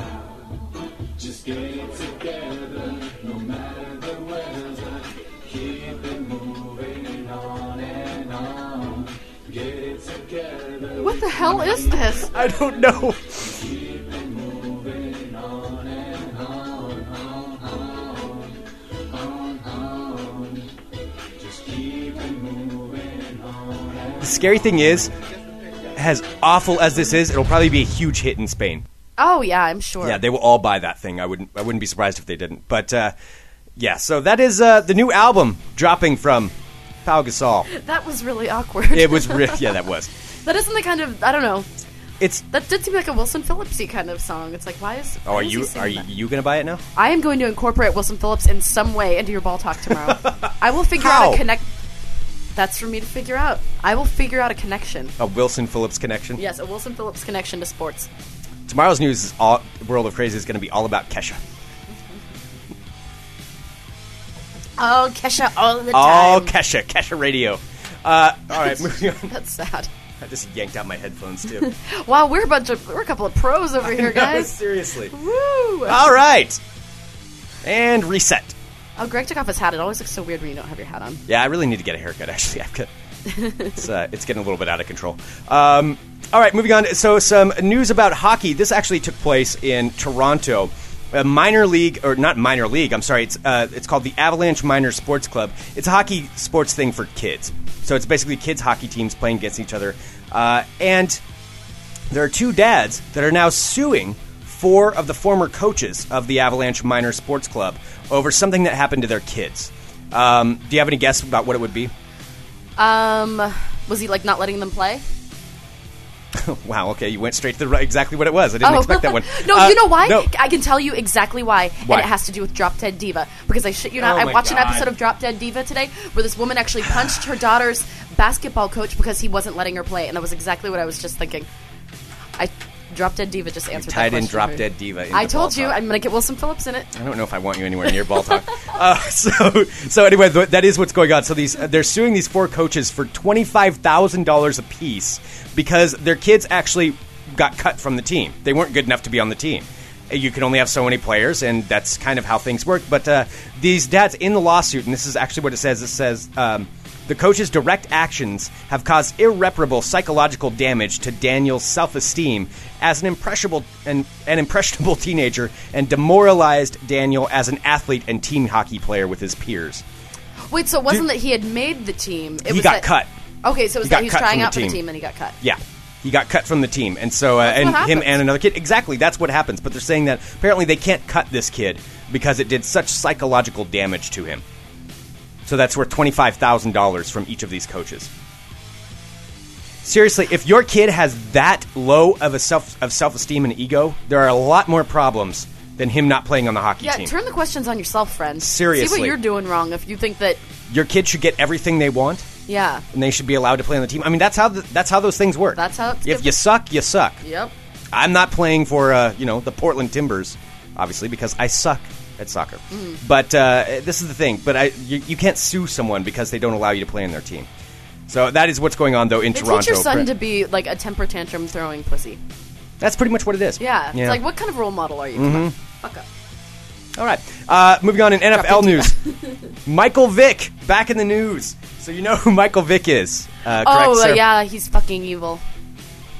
What the hell is this? I don't know. The scary thing is, as awful as this is, it'll probably be a huge hit in Spain. Oh yeah, I'm sure. Yeah, they will all buy that thing. I wouldn't. I wouldn't be surprised if they didn't. But uh, yeah, so that is uh, the new album dropping from Pau Gasol. that was really awkward. It was re- yeah, that was. that isn't the kind of I don't know. It's That did seem like a Wilson Phillipsy kind of song. It's like why is? oh, why are is he you singing are you, that? you gonna buy it now? I am going to incorporate Wilson Phillips in some way into your ball talk tomorrow. I will figure out How? a connect. That's for me to figure out. I will figure out a connection. A Wilson Phillips connection. Yes, a Wilson Phillips connection to sports. Tomorrow's news is all World of Crazy is going to be all about Kesha. Oh, Kesha, all the All time. Kesha, Kesha Radio. Uh, all right, moving on. That's sad. I just yanked out my headphones too. Wow, we're a bunch of we're a couple of pros over here, no, guys. seriously. Woo! All right, and reset. Oh, Greg took off his hat. It always looks so weird when you don't have your hat on. Yeah, I really need to get a haircut. Actually, I've got it's, uh, it's getting a little bit out of control. Um, all right, moving on. So, some news about hockey. This actually took place in Toronto. A minor league, or not minor league? I'm sorry. It's uh, it's called the Avalanche Minor Sports Club. It's a hockey sports thing for kids. So it's basically kids hockey teams playing against each other. Uh, and there are two dads that are now suing four of the former coaches of the Avalanche Minor Sports Club over something that happened to their kids. Um, do you have any guess about what it would be? Um, was he like not letting them play? Wow, okay, you went straight to the right, exactly what it was. I didn't expect that one. Oh. no, Uh, you know why? No. I can tell you exactly why, Why? and it has to do with Drop Dead Diva. Because I shit you not, Oh I my watched an God. episode of Drop Dead Diva today where this woman actually punched her daughter's basketball coach because he wasn't letting her play, and that was exactly what I was just thinking. I Drop Dead Diva just answered. tied that in question Drop for me. Dead Diva into I told Ball you, Talk. I'm gonna get Wilson Phillips in it. I don't know if I want you anywhere near ball talk. uh, so, so anyway, th- that is what's going on. So these uh, they're suing these four coaches for twenty five thousand dollars apiece because their kids actually got cut from the team. They weren't good enough to be on the team. Uh, You can only have so many players, and that's kind of how things work. But uh, these dads in the lawsuit, and this is actually what it says. It says. Um, the coach's direct actions have caused irreparable psychological damage to Daniel's self-esteem as an impressionable an, an impressionable teenager and demoralized Daniel as an athlete and team hockey player with his peers. Wait, so it wasn't that he had made the team? It He was got that- cut. Okay, so it was He that got he was cut trying from the out for the team. team and he got cut. Yeah. He got cut from the team, and so uh, and what him happens. and another kid. Exactly, that's what happens. But they're saying that apparently they can't cut this kid because it did such psychological damage to him. So that's worth $25,000 from each of these coaches. Seriously, if your kid has that low of a self of self-esteem and ego, there are a lot more problems than him not playing on the hockey Yeah, team. turn the questions on yourself, friend. See Seriously. what you're doing wrong if you think that. your kid should get everything they want Yeah. and they should be allowed to play on the team. I mean, that's how th that's how those things work. That's how it's If you different. suck, you suck. Yep. I'm not playing for uh, you know the Portland Timbers, obviously because I suck at soccer. Mm. But uh, this is the thing. But I you, you can't sue someone because they don't allow you to play in their team. So that is what's going on though in They Toronto. teach your son to be like a temper tantrum throwing pussy. That's pretty much what it is. Yeah. It's like, what kind of role model are you? Come Mm-hmm. on. Fuck up. All right. Uh, moving on in NFL news. Michael Vick back in the news. So you know who Michael Vick is, uh, correct, Oh, uh, sir? yeah, he's fucking evil.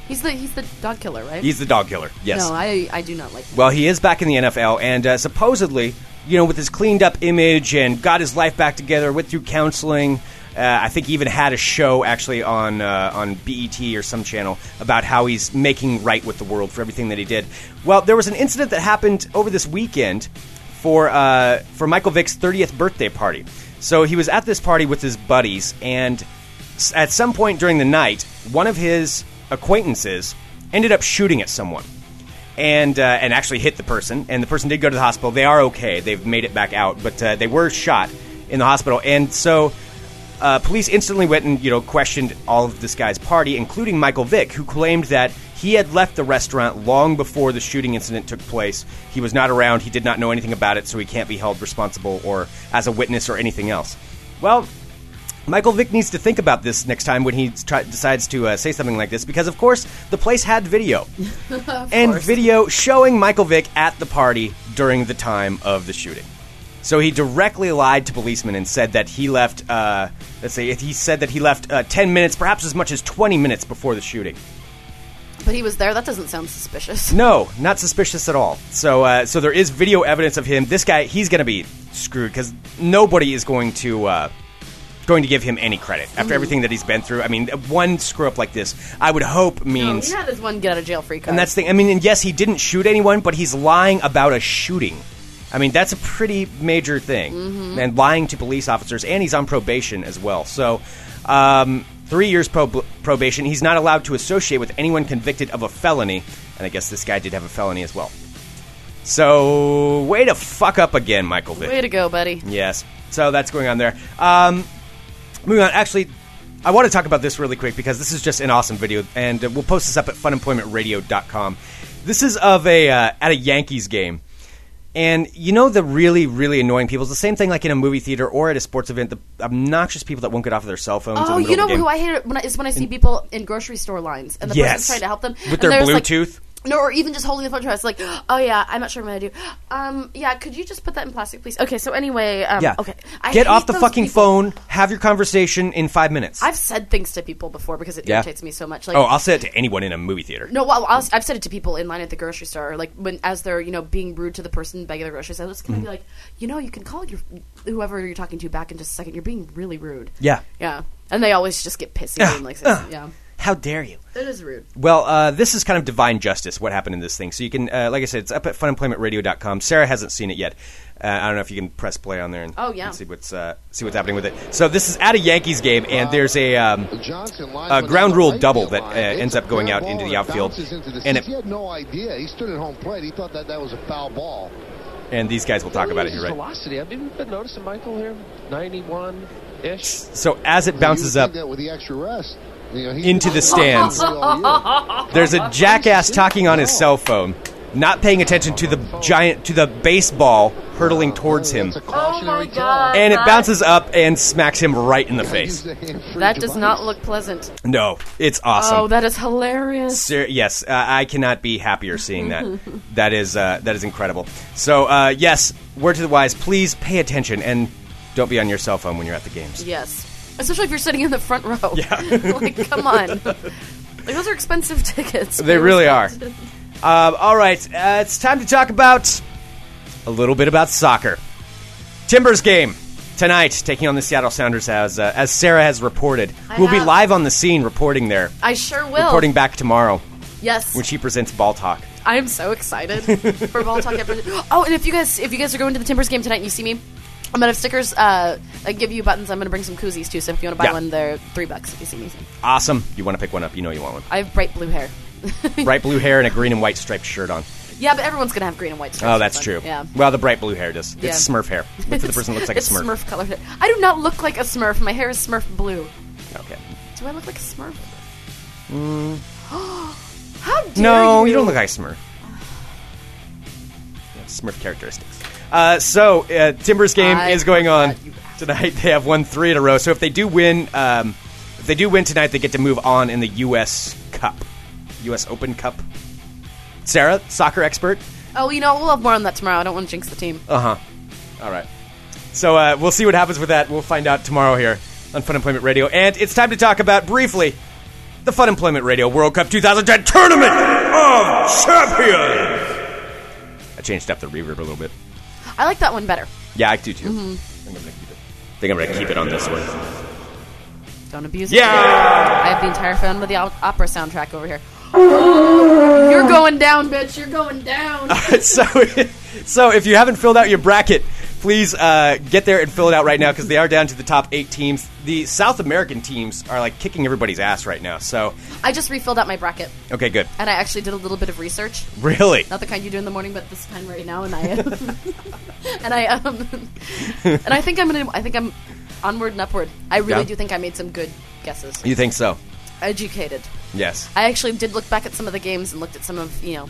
He's the he's the dog killer, right? He's the dog killer. Yes. No, I I do not like. Him. Well, he is back in the NFL, and uh, supposedly, you know, with his cleaned up image and got his life back together, went through counseling. Uh, I think he even had a show actually on uh, on BET or some channel about how he's making right with the world for everything that he did. Well, there was an incident that happened over this weekend for uh, for Michael Vick's 30th birthday party. So he was at this party with his buddies, and s- at some point during the night, one of his acquaintances ended up shooting at someone and uh, and actually hit the person. And the person did go to the hospital. They are okay. They've made it back out, but uh, they were shot in the hospital. And so, uh, police instantly went and you know questioned all of this guy's party, including Michael Vick, who claimed that he had left the restaurant long before the shooting incident took place. He was not around. He did not know anything about it, so he can't be held responsible or as a witness or anything else. Well, Michael Vick needs to think about this next time when he try- decides to uh, say something like this because, of course, the place had video. and video showing Michael Vick at the party during the time of the shooting. So he directly lied to policemen and said that he left, uh, let's say, he said that he left uh, 10 minutes, perhaps as much as 20 minutes before the shooting. But he was there. That doesn't sound suspicious. No, not suspicious at all. So, uh, so there is video evidence of him. This guy, he's going to be screwed because nobody is going to uh, going to give him any credit after everything that he's been through. I mean, one screw up like this, I would hope No, means, he had his one get out of jail free card. and that's the thing. I mean, and yes, he didn't shoot anyone, but he's lying about a shooting. I mean, that's a pretty major thing, and lying to police officers, and he's on probation as well. So. Um, Three years prob- probation. He's not allowed to associate with anyone convicted of a felony, and I guess this guy did have a felony as well. So, way to fuck up again, Michael Vick. way to go, buddy. Yes. So that's going on there. Um, moving on. Actually, I want to talk about this really quick because this is just an awesome video, and uh, we'll post this up at funemploymentradio.com. This is of a uh, at a Yankees game. And you know the really, really annoying people. It's the same thing like in a movie theater or at a sports event. The obnoxious people that won't get off of their cell phones. in the Oh, middle you know of the game. who I hate it when I, is when I see people in grocery store lines and the Yes. person's trying to help them With and their they're just Bluetooth. Like, no, or even just holding the phone to us, like, oh yeah, I'm not sure what I'm gonna do. Um, yeah, could you just put that in plastic, please? Okay, so anyway, um, Yeah. okay, I get hate off the those fucking people. phone. Have your conversation in five minutes. I've said things to people before because it Yeah. irritates me so much. Like, oh, I'll say it to anyone in a movie theater. No, well, I'll, I've said it to people in line at the grocery store, or, like when as they're you know being rude to the person begging the groceries. I was gonna Mm-hmm. be like, you know, you can call your whoever you're talking to back in just a second. You're being really rude. Yeah. yeah, and they always just get pissy and like, says- yeah, How dare you? it is rude. Well, uh, this is kind of divine justice, what happened in this thing. So you can, uh, like I said, it's up at funemploymentradio.com. Sarah hasn't seen it yet. Uh, I don't know if you can press play on there and, Oh, yeah. and see what's uh, see what's happening with it. So this is at a Yankees game, and there's a um, Johnson a ground rule double that uh, It's ends a up going fair out ball into the and it outfield, bounces into the and seats. he it, had no idea. He stood at home plate. He thought that that was a foul ball. and these guys will talk about it here, right? Velocity. I've been been noticing Michael here, 91 ish. So as it You would bounces think up that with the extra rest, you know, he's into been the stands, playing all year. there's a jackass talking on his No. cell phone, not paying attention to the giant to the baseball hurtling towards him. That's a cautionary Oh my tale. God. and it bounces up and smacks him right in the Use face. the hand-free That does device. not look pleasant. No, it's awesome. Oh, that is hilarious. Ser- yes, uh, I cannot be happier seeing that. that is uh, that is incredible. So uh, yes, word to the wise: please pay attention and don't be on your cell phone when you're at the games. Yes, especially if you're sitting in the front row. Yeah, like come on, like those are expensive tickets. They really are. Um, all right, uh, it's time to talk about a little bit about soccer. Timbers game tonight, taking on the Seattle Sounders, as uh, as Sarah has reported. we'll be have. live on the scene reporting there, I sure will. reporting back tomorrow yes, when she presents Ball Talk. I am so excited for ball talk. after- Oh, and if you guys if you guys are going to the Timbers game tonight and you see me, I'm gonna have stickers. Uh, I give you buttons. I'm gonna bring some koozies too. So if you want to buy Yeah. one, they're three bucks if you see me. soon. Awesome. You want to pick one up? You know you want one. I have bright blue hair. Bright blue hair and a green and white striped shirt on. Yeah, but everyone's gonna have green and white stripes. Oh, on that's them. true. Yeah. Well, the bright blue hair does. It's Yeah. Smurf hair. Look for the person that looks like a It's Smurf. Smurf colored hair. I do not look like a Smurf. My hair is Smurf blue. Okay. Do I look like a Smurf? How dare Mm. No, you? you don't look like a Smurf. Yeah, Smurf characteristics. Uh, so uh, Timbers game I is going forgot on you asked. tonight. They have won three in a row. So if they do win, um, if they do win tonight, they get to move on in the U.S. Cup, U.S. Open Cup. Sarah, soccer expert. Oh, you know, we'll have more on that tomorrow. I don't want to jinx the team. Uh. All right. So uh, we'll see what happens with that. We'll find out tomorrow here on Fun Employment Radio. And it's time to talk about briefly the Fun Employment Radio World Cup 2010 Tournament of Champions. I changed up the reverb a little bit. I like that one better. Yeah, I do too. I think I'm gonna keep it. I think I'm gonna keep it on this one. Don't abuse it. Yeah. I have the entire film of the op- opera soundtrack over here. You're going down, bitch. You're going down. so, so if you haven't filled out your bracket, please uh, get there and fill it out right now because they are down to the top eight teams. The South American teams are like kicking everybody's ass right now. So, I just refilled out my bracket, okay, good. and I actually did a little bit of research. Really? Not the kind you do in the morning, but this kind right now, and I and I um and I think I'm gonna. I think I'm onward and upward. I really Yeah. do think I made some good guesses. You think so? Educated. Yes. I actually did look back at some of the games and looked at some of you know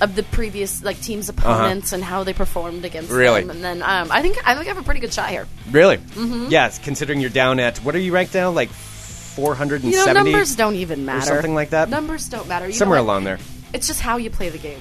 of the previous like teams' opponents and how they performed against Uh-huh. Really? them. And then um, I think I think I have a pretty good shot here. Really? Mm-hmm. Yes, considering you're down at, what are you ranked now? Like 470? You know, numbers don't even matter. something like that? Numbers don't matter. You know Somewhere what? along there. It's just how you play the game.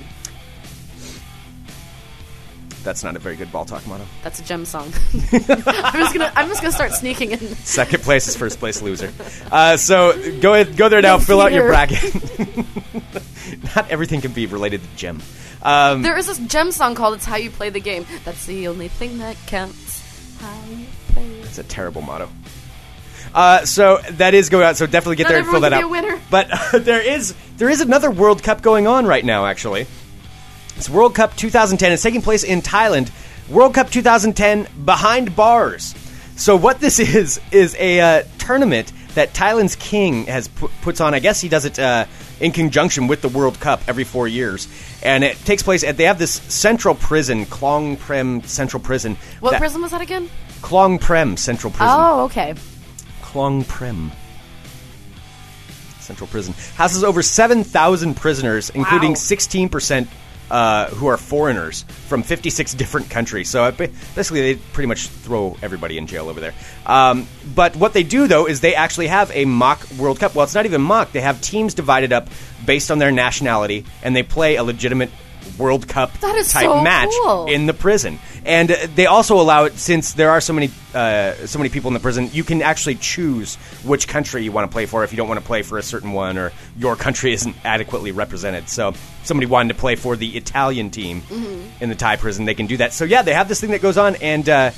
That's not a very good ball talk motto. That's a gem song. I'm just gonna I'm just gonna start sneaking in. Second place is first place loser. Uh, so go ahead, go there now, Yes, fill out your here. bracket. not everything can be related to Jim. Um, There is this gem song called "It's How You Play the Game." That's the only thing that counts. How you play. it. It's a terrible motto. Uh, so that is going out. So definitely get Not there and fill everyone that out. can be a winner. But uh, there is there is another World Cup going on right now. Actually, it's World Cup 2010. It's taking place in Thailand. World Cup 2010 behind bars. So what this is is a uh, tournament that Thailand's king has pu- puts on. I guess he does it uh, in conjunction with the World Cup every four years, and it takes place at they have this central prison, Klong Prem Central Prison. What that- prison was that again? Klong Prem Central Prison. Oh, okay. Klong Prem. Central prison houses over 7,000 prisoners, including Wow. 16% uh, who are foreigners from 56 different countries. So it ba- basically, they pretty much throw everybody in jail over there. Um, but what they do, though, is they actually have a mock World Cup. Well, it's not even mock, they have teams divided up based on their nationality, and they play a legitimate World Cup That is type so match cool. in the prison, and uh, they also allow it since there are so many uh, so many people in the prison. You can actually choose which country you want to play for if you don't want to play for a certain one or your country isn't adequately represented. So somebody wanted to play for the Italian team in the Thai prison, they can do that. So yeah, they have this thing that goes on and. Uh,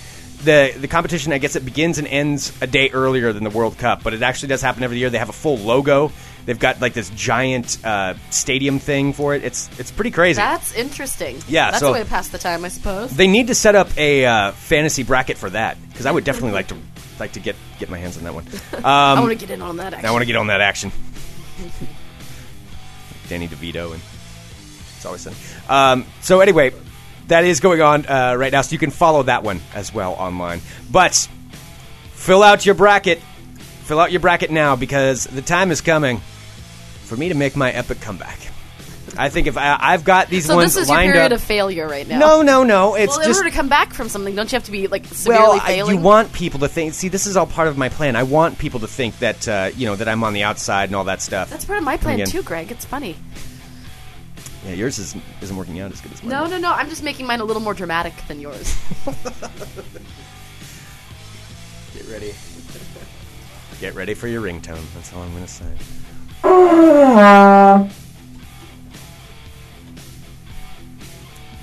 the, the competition, I guess it begins and ends a day earlier than the World Cup, but it actually does happen every year. They have a full logo. They've got like this giant uh, stadium thing for it. It's it's pretty crazy. That's interesting. Yeah, that's so- a way to pass the time, I suppose. They need to set up a uh, fantasy bracket for that because I would definitely like to like to get get my hands on that one. I want to get in on that. Actually. um, I want to get on that action. Danny DeVito and it's always sunny. Um, so anyway, that is going on uh, right now, so you can follow that one as well online. But fill out your bracket, fill out your bracket now because the time is coming for me to make my epic comeback. I think if I, I've got these so ones this is your lined period up. of failure right now. no, no, no. It's Well, in just order to come back from something, don't you have to be like severely well, I- failing? you want people to think. See, this is all part of my plan. I want people to think that uh, you know that I'm on the outside and all that stuff. That's part of my plan Again. too, Greg. It's funny. yeah, yours isn't, isn't working out as good as mine. No, no, no. I'm just making mine a little more dramatic than yours. Get ready. Get ready for your ringtone. That's all I'm going to say.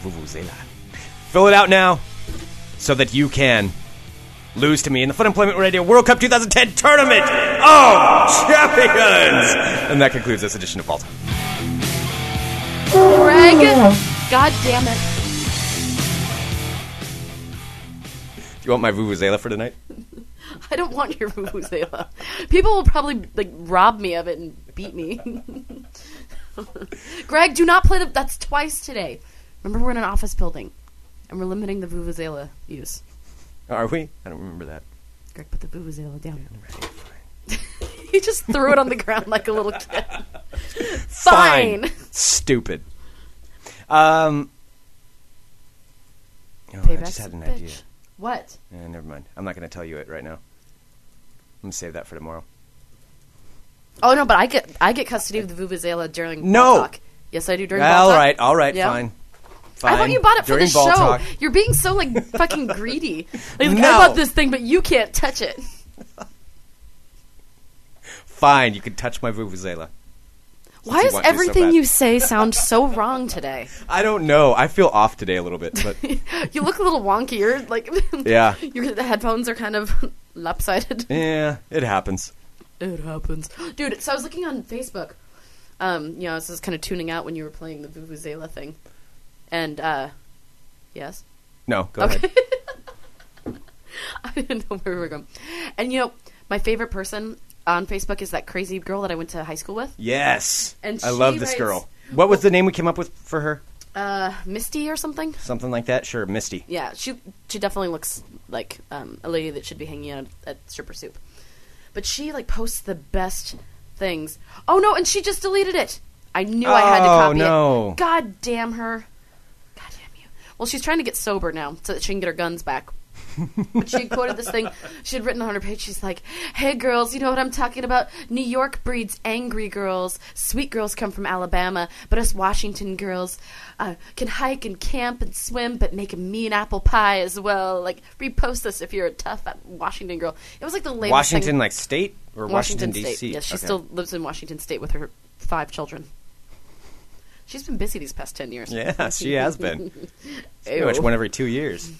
Vuvuzela. Fill it out now so that you can lose to me in the Fun Employment Radio World Cup 2010 Tournament of Champions. And that concludes this edition of Ball Time. Greg, god damn it. you want my vuvuzela for tonight? I don't want your vuvuzela. People will probably like rob me of it and beat me. Greg, do not play the. That's twice today. Remember, we're in an office building, and we're limiting the vuvuzela use. Are we? I don't remember that. Greg, put the vuvuzela down. he just threw it on the ground like a little kid. Fine. Stupid. Um. oh, I just Payback's had a an bitch. idea. What? Eh, never mind. I'm not going to tell you it right now. I'm going to save that for tomorrow. Oh no, but I get I get custody of the vuvuzela during No. ball talk. Yes, I do during ball All talk. right, all right, Yeah. fine. I thought Fine. you bought it During for the ball show. Talk. You're being so like fucking greedy. Like, like, No. I bought this thing, but you can't touch it. Fine, you can touch my vuvuzela. Why you does want to so everything bad. you say sound so wrong today? I don't know. I feel off today a little bit, but You look a little wonky. You're like, Yeah. Your the headphones are kind of lopsided. yeah, it happens. It happens, dude. So I was looking on Facebook. Um, you know, I was just kind of tuning out when you were playing the vuvuzela thing, and uh, yes. No, go Okay. ahead. I didn't know where we were going. And you know, my favorite person on Facebook is that crazy girl that I went to high school with, Yes. And I she love this writes- "Oh." girl. What was the name we came up with for her? uh, Misty or something. Something like that? Sure, Misty. Yeah, she she definitely looks like um, a lady that should be hanging out at stripper soup. But she like posts the best things. Oh no, and she just deleted it. I knew I had to Oh, copy no. it. God damn her. God damn you. Well, she's trying to get sober now so that she can get her guns back. but she had quoted this thing she had written on her page. She's like, "Hey girls, you know what I'm talking about? New York breeds angry girls. Sweet girls come from Alabama, but us Washington girls uh, can hike and camp and swim, but make a mean apple pie as well. Like, repost this if you're a tough Washington girl. It was like the latest Washington, thing. like state or Washington, State. D.C. Yes, she Okay. still lives in Washington State with her five children. She's been busy these past ten years. Yeah, she has been. Pretty Ew. much one every two years.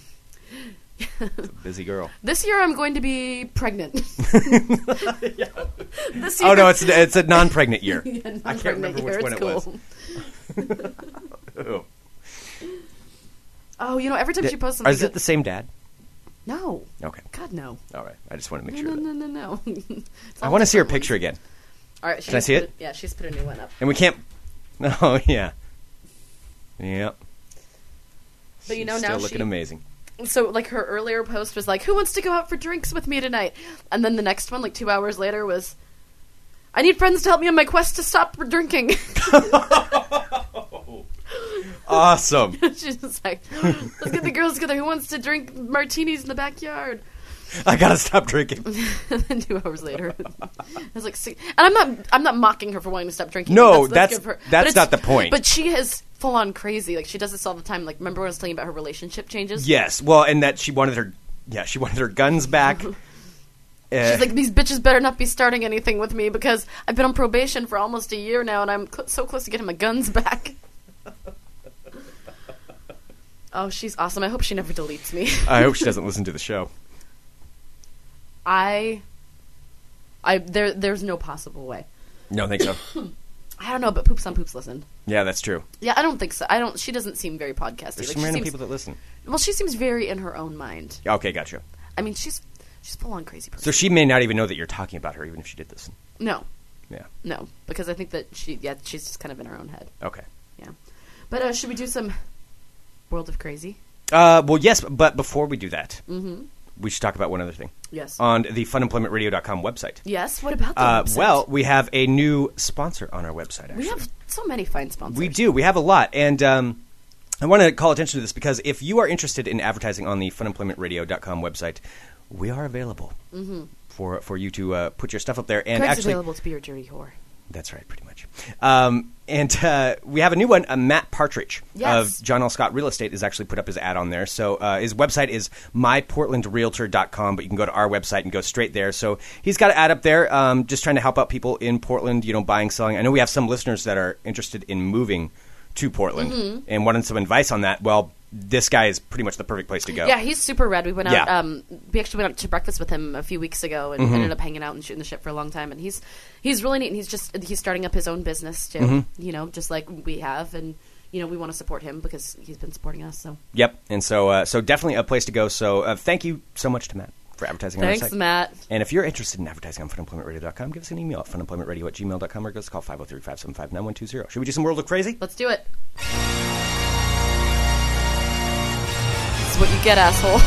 It's a busy girl. This year I'm going to be pregnant. this year, Oh no, it's it's a non-pregnant year. I can't remember which one it was. Ew. Oh, you know, every time she posts something, Is it the same dad? no, Okay, God, no, all right. I just want to make no, sure. no, That. no, no. no. I want to see her picture again, All right, Can I see it? Yeah, she's put a new one up. and we can't. Oh yeah, yeah. But you She's know now still she, looking amazing. so like her earlier post was like, "Who wants to go out for drinks with me tonight?" And then the next one, like two hours later, was, "I need friends to help me on my quest to stop drinking." Awesome. she's just like, "Let's get the girls together. Who wants to drink martinis in the backyard?" I gotta stop drinking. and then two hours later, I was like, see, and I'm not, I'm not mocking her for wanting to stop drinking. No, that's- good for her. But that's it's- not the point. But she is full on crazy. Like she does this all the time. Like remember when I was telling you about her relationship changes? Yes. Well, and that she wanted her. Yeah, she wanted her guns back. Eh, She's like, these bitches better not be starting anything with me because I've been on probation for almost a year now, and I'm cl- so close to getting my guns back. oh, she's awesome. I hope she never deletes me. I hope she doesn't listen to the show. I, I there, there's no possible way. No, I think so. I don't know, but poops on poops listened. Yeah, that's true. Yeah, I don't think so. I don't. She doesn't seem very podcasty. There's Like, some she random seems, people that listen. well, she seems very in her own mind. Okay, gotcha. I mean, she's she's full on crazy person. So she may not even know that you're talking about her, even if she did listen. no, Yeah. no, because I think that she yeah she's just kind of in her own head. Okay. Yeah, but uh, should we do some world of crazy? Uh, well, yes, but before we do that, Mm-hmm. we should talk about one other thing Yes. on the funemploymentradio.com website. yes. What about the Um, Uh, website? well, we have a new sponsor on our website. Actually, we have so many fine sponsors. We do. We have a lot. And um, I want to call attention to this because if you are interested in advertising on the funemploymentradio.com website, we are available for, for you to uh, put your stuff up there. And Craig's actually, Mm-hmm. available to be your dirty whore. that's right, pretty much. Um, and uh, we have a new one. Uh, Matt Partridge Yes. of John L. Scott Real Estate has actually put up his ad on there. So uh, his website is myportlandrealtor.com, but you can go to our website and go straight there. So he's got an ad up there um, just trying to help out people in Portland, you know, buying, selling. I know we Mm-hmm. have some listeners that are interested in moving to Portland and wanted some advice on that. Well, this guy is pretty much the perfect place to go. Yeah, he's super rad. We went out. Yeah. Um, we actually went out to breakfast with him a few weeks ago and ended up hanging out and shooting the shit for a long time. And he's he's really neat. And he's just he's starting up his own business too. You know, just like we have, and you know we want to support him because he's been supporting us. So Yep. And so, uh, so definitely a place to go. So, uh, thank you so much to Matt for advertising on our thanks, site. Matt. And if you're interested in advertising on funemploymentradio.com, give us an email at funemploymentradio at gmail.com or give us a call 503 575 9120. Should we do some World of Crazy? Let's do it. This is what you get, asshole.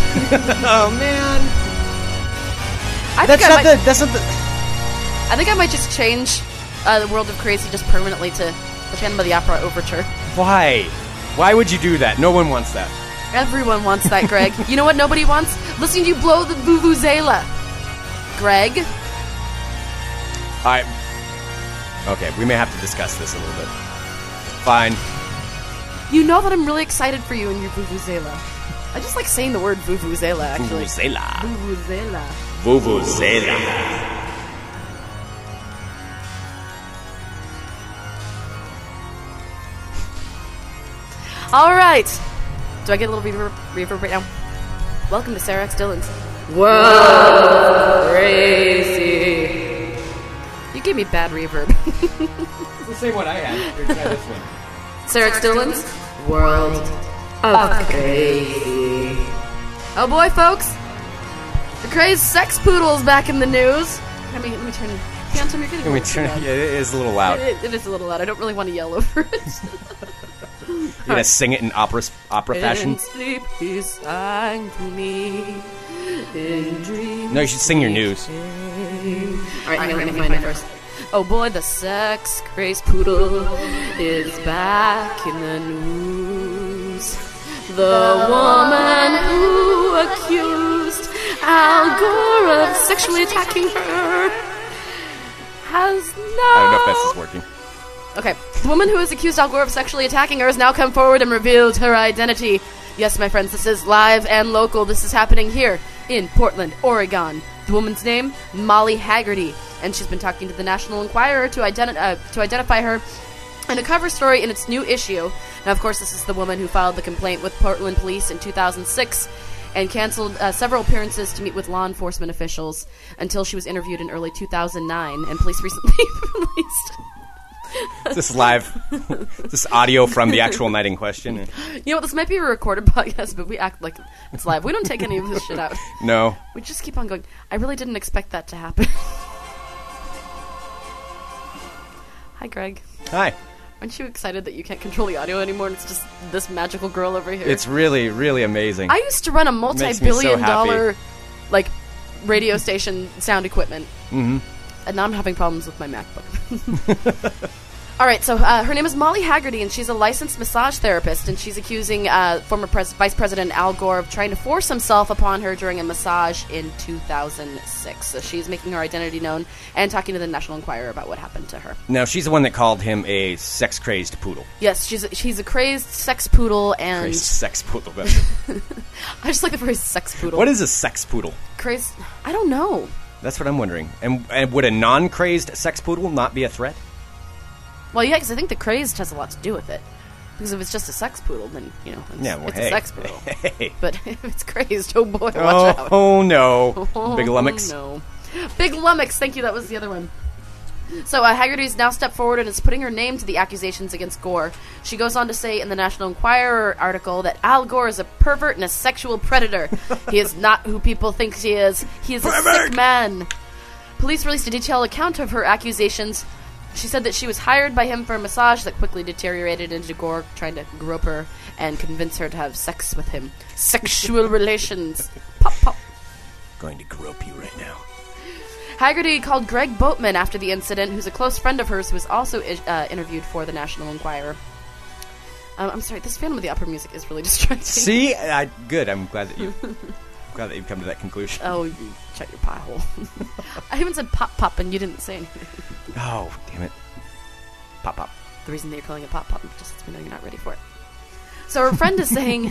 Oh, man. I That's think I not might, the. That's not the. I think I might just change uh, the World of Crazy just permanently to the Phantom of the Opera overture. Why? Why would you do that? No one wants that. Everyone wants that, Greg. you know what nobody wants? Listening to you blow the vuvuzela. Greg, I. Okay, we may have to discuss this a little bit. Fine. you know that I'm really excited for you and your vuvuzela. I just like saying the word vuvuzela, actually. Vuvuzela. Vuvuzela. Vuvuzela. All right. Do I get a little reverb, reverb right now? Welcome to Sarah X. Dillon's World Crazy. You gave me bad reverb. It's the same one I had. this one. Sarah X. Dillon's World of Crazy. Oh boy, folks. The crazed sex poodle's back in the news. Let me, let me turn. Phantom, you're getting Can we too turn loud. it? Yeah, it is a little loud. You It, it is a little loud. I don't really want to yell over it. gonna sing it in opera opera fashion? In sleep, he sang to me. In dreams. No, you should sing your news. All right, let me find it first. Oh boy, the sex craze poodle is back in the news. The woman who accused Al Gore of sexually attacking her has now. I don't know if this is working. Okay. The woman who was accused Al Gore of sexually attacking her has now come forward and revealed her identity. Yes, my friends, this is live and local. This is happening here in Portland, Oregon. The woman's name, Molly Haggerty, and she's been talking to the National Enquirer to, identi- uh, to identify her in a cover story in its new issue. Now, of course, this is the woman who filed the complaint with Portland police in 2006 and canceled uh, several appearances to meet with law enforcement officials until she was interviewed in early 2009, and police recently released. Is this live? is this audio from the actual night in question? You know, what, this might be a recorded podcast, but we act like it's live. We don't take any of this shit out. No. We just keep on going. I really didn't expect that to happen. Hi, Greg. Hi. Aren't you excited that you can't control the audio anymore and it's just this magical girl over here? It's really, really amazing. I used to run a multi makes me so billion happy. dollar like, radio station sound equipment. Mm-hmm. And now I'm having problems with my MacBook. All right, so uh, her name is Molly Haggerty, and she's a licensed massage therapist, and she's accusing uh, former pres- Vice President Al Gore of trying to force himself upon her during a massage in 2006. So she's making her identity known and talking to the National Enquirer about what happened to her. now she's the one that called him a sex crazed poodle. Yes, she's a, she's a crazed sex poodle, and Crazed sex poodle. That's- I just like the phrase sex poodle. what is a sex poodle? crazed? I don't know. That's what I'm wondering. And, and would a non crazed sex poodle not be a threat? Well, yeah, because I think the crazed has a lot to do with it. Because if it's just a sex poodle, then you know it's, Yeah, well, it's hey. a sex poodle. Hey. But if it's crazed, oh boy, watch Oh, out! oh, no. Oh, Big lummox. No. Big lummox. Thank you. That was the other one. So uh, Haggerty's now stepped forward and is putting her name to the accusations against Gore. She goes on to say in the National Enquirer article that Al Gore is a pervert and a sexual predator. he is not who people think he is. He is a sick man. Police released a detailed account of her accusations. She said that she was hired by him for a massage that quickly deteriorated into Gore trying to grope her and convince her to have sex with him. Sexual relations. Pop pop. Going to grope you right now. Haggerty called Greg Boatman after the incident, who's a close friend of hers who was also uh, interviewed for the National Enquirer. Um, I'm sorry, this Phantom of the Opera music is really distracting. See? I, good. I'm glad that you. Glad that you've come to that conclusion. Oh, you shut your pie hole. I even said pop pop and you didn't say anything. Oh, damn it. Pop, pop. The reason that you're calling it pop pop is just because we know you're not ready for it. So her friend is saying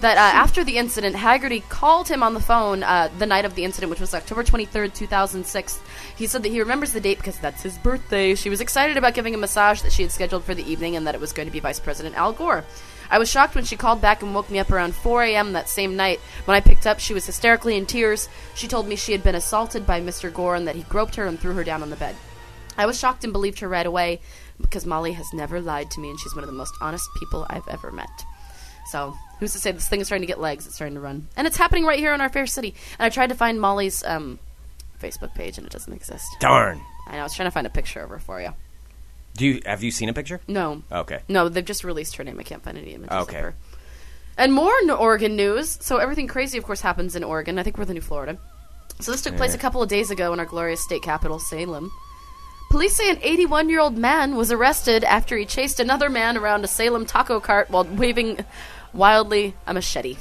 that uh, after the incident, Haggerty called him on the phone uh, the night of the incident, which was October 23rd, 2006. He said that he remembers the date because that's his birthday. She was excited about giving a massage that she had scheduled for the evening and that it was going to be Vice President Al Gore. I was shocked when she called back and woke me up around 4 a.m. that same night. When I picked up, she was hysterically in tears. She told me she had been assaulted by Mr. Gore and that he groped her and threw her down on the bed. I was shocked and believed her right away because Molly has never lied to me and she's one of the most honest people I've ever met. So, who's to say this thing is starting to get legs? It's starting to run. And it's happening right here in our fair city. And I tried to find Molly's um, Facebook page and it doesn't exist. Darn. I know, I was trying to find a picture of her for you. Do you have you seen a picture? No. Okay. No, they've just released her name. I can't find any images Okay. of her. And more n- Oregon news. So everything crazy, of course, happens in Oregon. I think we're the new Florida. So this took place a couple of days ago in our glorious state capital, Salem. Police say an 81 year old man was arrested after he chased another man around a Salem taco cart while waving wildly a machete.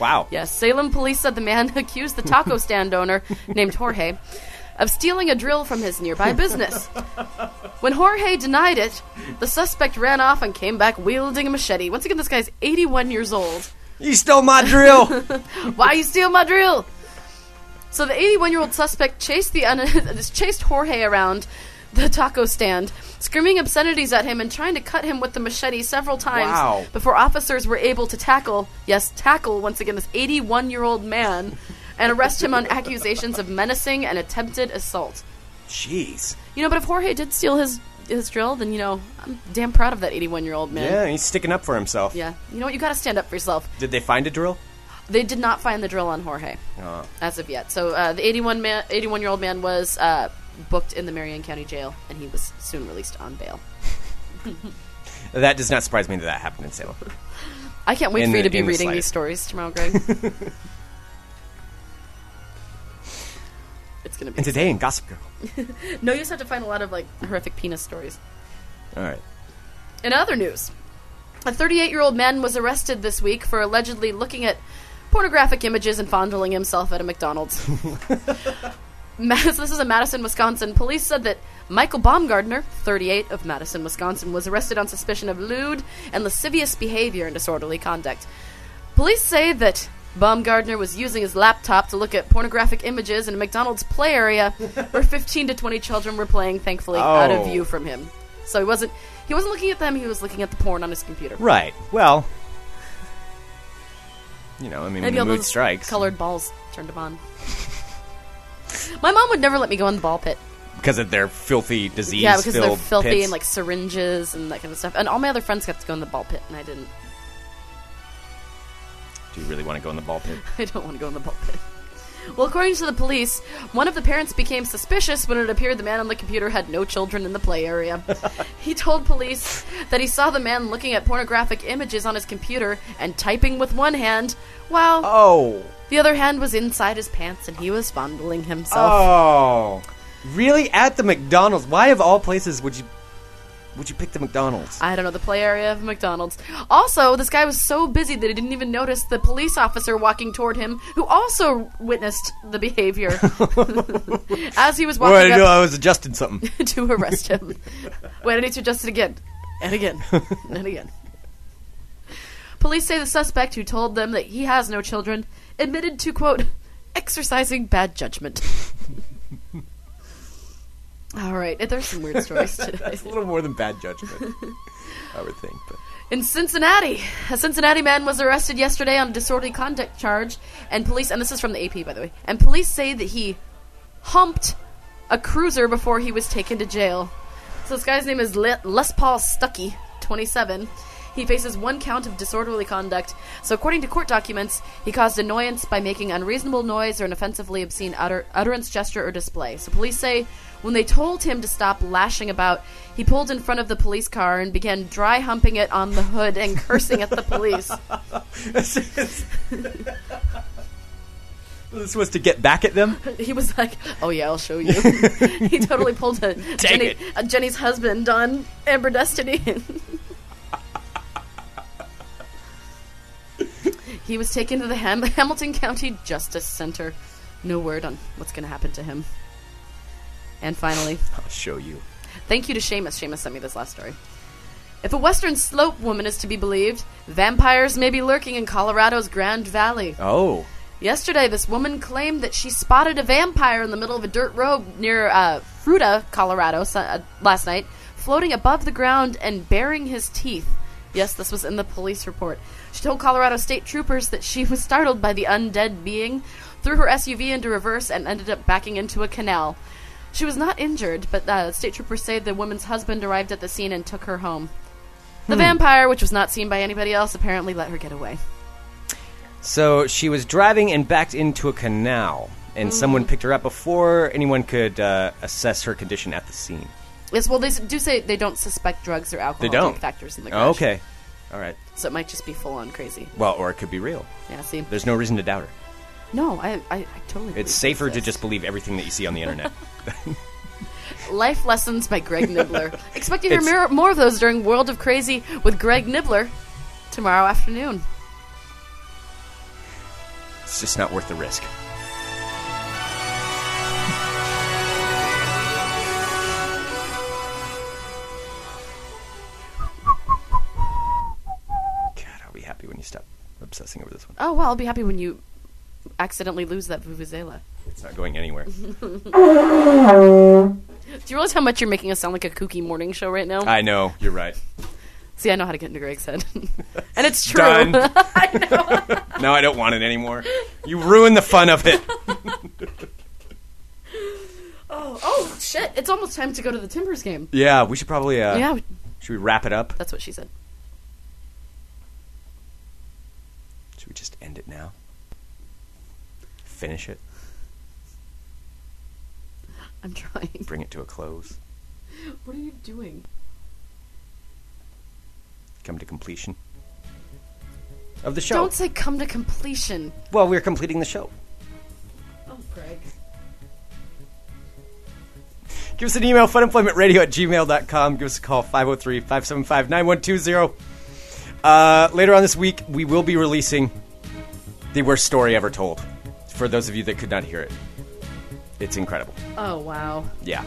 Wow. Yes, Salem police said the man accused the taco stand owner, named Jorge, of stealing a drill from his nearby business. When Jorge denied it, the suspect ran off and came back wielding a machete. Once again, this guy's 81 years old. You stole my drill. Why you steal my drill? So the 81-year-old suspect chased the un- chased Jorge around the taco stand, screaming obscenities at him and trying to cut him with the machete several times Wow. before officers were able to tackle, yes, tackle once again this 81-year-old man and arrest him on accusations of menacing and attempted assault. Jeez. You know, but if Jorge did steal his his drill, then you know, I'm damn proud of that 81-year-old man. Yeah, he's sticking up for himself. Yeah. You know what? You got to stand up for yourself. Did they find a drill? They did not find the drill on Jorge Oh. as of yet. So uh, the 81 man, 81 year old man was uh, booked in the Marion County Jail, and he was soon released on bail. That does not surprise me that that happened in Salem. I can't wait In for you the- to be in the reading these slightest. stories tomorrow, Greg. it's gonna be. And today in Gossip Girl. No, you just have to find a lot of like horrific penis stories. All right. In other news, a 38 year old man was arrested this week for allegedly looking at pornographic images and fondling himself at a McDonald's. Ma- so this is in Madison, Wisconsin. Police said that Michael Baumgardner, 38, of Madison, Wisconsin, was arrested on suspicion of lewd and lascivious behavior and disorderly conduct. Police say that Baumgardner was using his laptop to look at pornographic images in a McDonald's play area where 15 to 20 children were playing, thankfully, out Oh. of view from him. So he wasn't he wasn't looking at them, he was looking at the porn on his computer. Right. Well, you know, I mean, when Maybe the all mood those strikes. colored balls turned him on. My mom would never let me go in the ball pit. Because of their filthy disease. Yeah, because they're filled filthy pits. and like syringes and that kind of stuff. And all my other friends got to go in the ball pit, and I didn't. Do you really want to go in the ball pit? I don't want to go in the ball pit. Well, according to the police, one of the parents became suspicious when it appeared the man on the computer had no children in the play area. he told police that he saw the man looking at pornographic images on his computer and typing with one hand, while Oh. the other hand was inside his pants and he was fondling himself. Oh. Really? At the McDonald's? Why of all places would you would you pick the McDonald's? I don't know, the play area of McDonald's. Also, this guy was so busy that he didn't even notice the police officer walking toward him, who also witnessed the behavior as he was Well, I walking knew up I was adjusting something. to arrest him. Wait, I need to adjust it again. And again. And again. Police say the suspect, who told them that he has no children, admitted to, quote, exercising bad judgment. All right, there's some weird stories today. It's a little more than bad judgment, I would think. But In Cincinnati, a Cincinnati man was arrested yesterday on a disorderly conduct charge, and police, and this is from the AP, by the way, and police say that he humped a cruiser before he was taken to jail. So this guy's name is Le- Les Paul Stuckey, 27. He faces one count of disorderly conduct. So according to court documents, he caused annoyance by making unreasonable noise or an offensively obscene utter- utterance, gesture, or display. So police say when they told him to stop lashing about, he pulled in front of the police car and began dry humping it on the hood and cursing at the police. this was to get back at them. He was like, "Oh yeah, I'll show you." he totally pulled a, Jenny, it. a Jenny's husband on Amber Destiny. he was taken to the Ham- Hamilton County Justice Center. No word on what's going to happen to him. And finally, I'll show you. Thank you to Seamus. Seamus sent me this last story. If a Western Slope woman is to be believed, vampires may be lurking in Colorado's Grand Valley. Oh. Yesterday, this woman claimed that she spotted a vampire in the middle of a dirt road near uh, Fruta, Colorado, so- uh, last night, floating above the ground and baring his teeth. Yes, this was in the police report. She told Colorado state troopers that she was startled by the undead being, threw her SUV into reverse, and ended up backing into a canal. She was not injured, but uh, state troopers say the woman's husband arrived at the scene and took her home. The vampire, which was not seen by anybody else, apparently let her get away. So she was driving and backed into a canal, and someone picked her up before anyone could uh, assess her condition at the scene. Yes, well, they s- do say they don't suspect drugs or alcohol They don't. factors in the crash. Oh, okay. All right. So it might just be full on crazy. Well, or it could be real. Yeah, see? There's no reason to doubt her. No, I, I, I totally believe It's this safer to exists. just believe everything that you see on the internet. Life Lessons by Greg Nibbler. Expect to hear It's- more, more of those during World of Crazy with Greg Nibbler tomorrow afternoon. it's just not worth the risk. God, I'll be happy when you stop obsessing over this one. Oh, well, I'll be happy when you accidentally lose that Vuvuzela. It's not going anywhere. Do you realize how much you're making us sound like a kooky morning show right now? I know. You're right. See, I know how to get into Greg's head. and it's true. Done. No, I don't want it anymore. You ruined the fun of it. oh, shit. It's almost time to go to the Timbers game. Yeah, we should probably. Uh, yeah, Should we wrap it up? that's what she said. Should we just end it now? Finish it. I'm trying. Bring it to a close. What are you doing? Come to completion of the show. Don't say come to completion. well, we're completing the show. Oh, Greg. Give us an email, funemploymentradio at gmail.com. Give us a call, 503 575 9120. Uh, Later on this week, we will be releasing the worst story ever told. For those of you that could not hear it, it's incredible. Oh, wow. Yeah.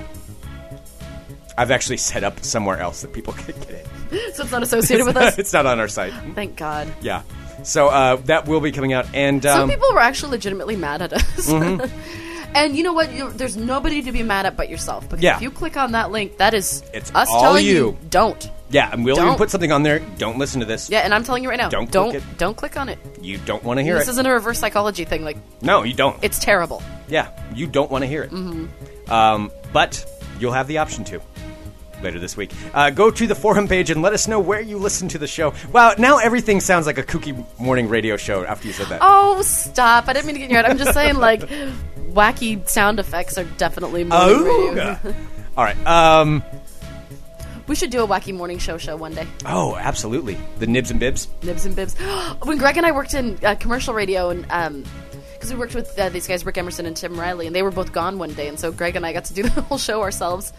I've actually set up somewhere else that people could get it. So it's not associated with us? it's not on our site. Thank God. Yeah. So uh, that will be coming out. And um, Mm-hmm. Some people were actually legitimately mad at us. and you know what? you there's nobody to be mad at but yourself. Because Yeah. if you click on that link, that is It's us all telling you. don't. yeah, and we'll even Don't. put something on there. Don't listen to this. Yeah, and I'm telling you right now, Don't click don't it. don't click on it. You don't want to hear this it. isn't a reverse psychology thing. Like no, you don't. it's terrible. Yeah, you don't want to hear it. Mm-hmm. Um, but you'll have the option to later this week. Uh, go to the forum page and let us know where you listen to the show. Wow, now everything sounds like a kooky morning radio show after you said that. Oh, stop! I didn't mean to get in your head. I'm just saying, like, wacky sound effects are definitely morning radio. Oh, yeah. All right. Um, We should do a wacky morning show show one day. oh, absolutely. The nibs and bibs. Nibs and Bibs. when Greg and I worked in uh, commercial radio, and because we worked with uh, these guys, Rick Emerson and Tim Riley, and they were both gone one day, and so Greg and I got to do the whole show ourselves.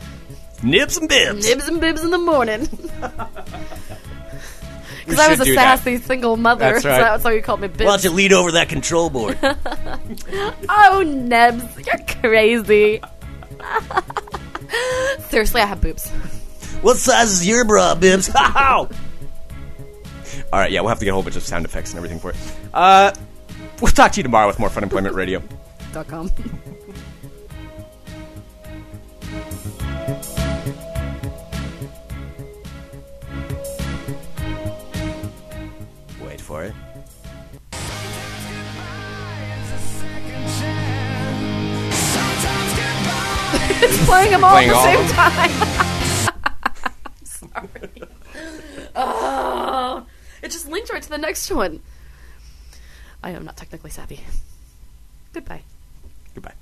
Nibs and bibs. Nibs and Bibs in the morning. Because We I should was a do that. sassy single mother, That's right. so that's why you called me Bibs. Why don't you lead over that control board? Oh, Nibs, you're crazy. Seriously, I have boobs. what size is your bra, bibs? All right, yeah, we'll have to get a whole bunch of sound effects and everything for it. Uh, we'll talk to you tomorrow with more Fun Employment Radio. Dot com. Wait for it. It's playing them all Playing at the all same of them? time. I'm sorry. Oh, it just linked right to the next one. I am not technically savvy. Goodbye. Goodbye.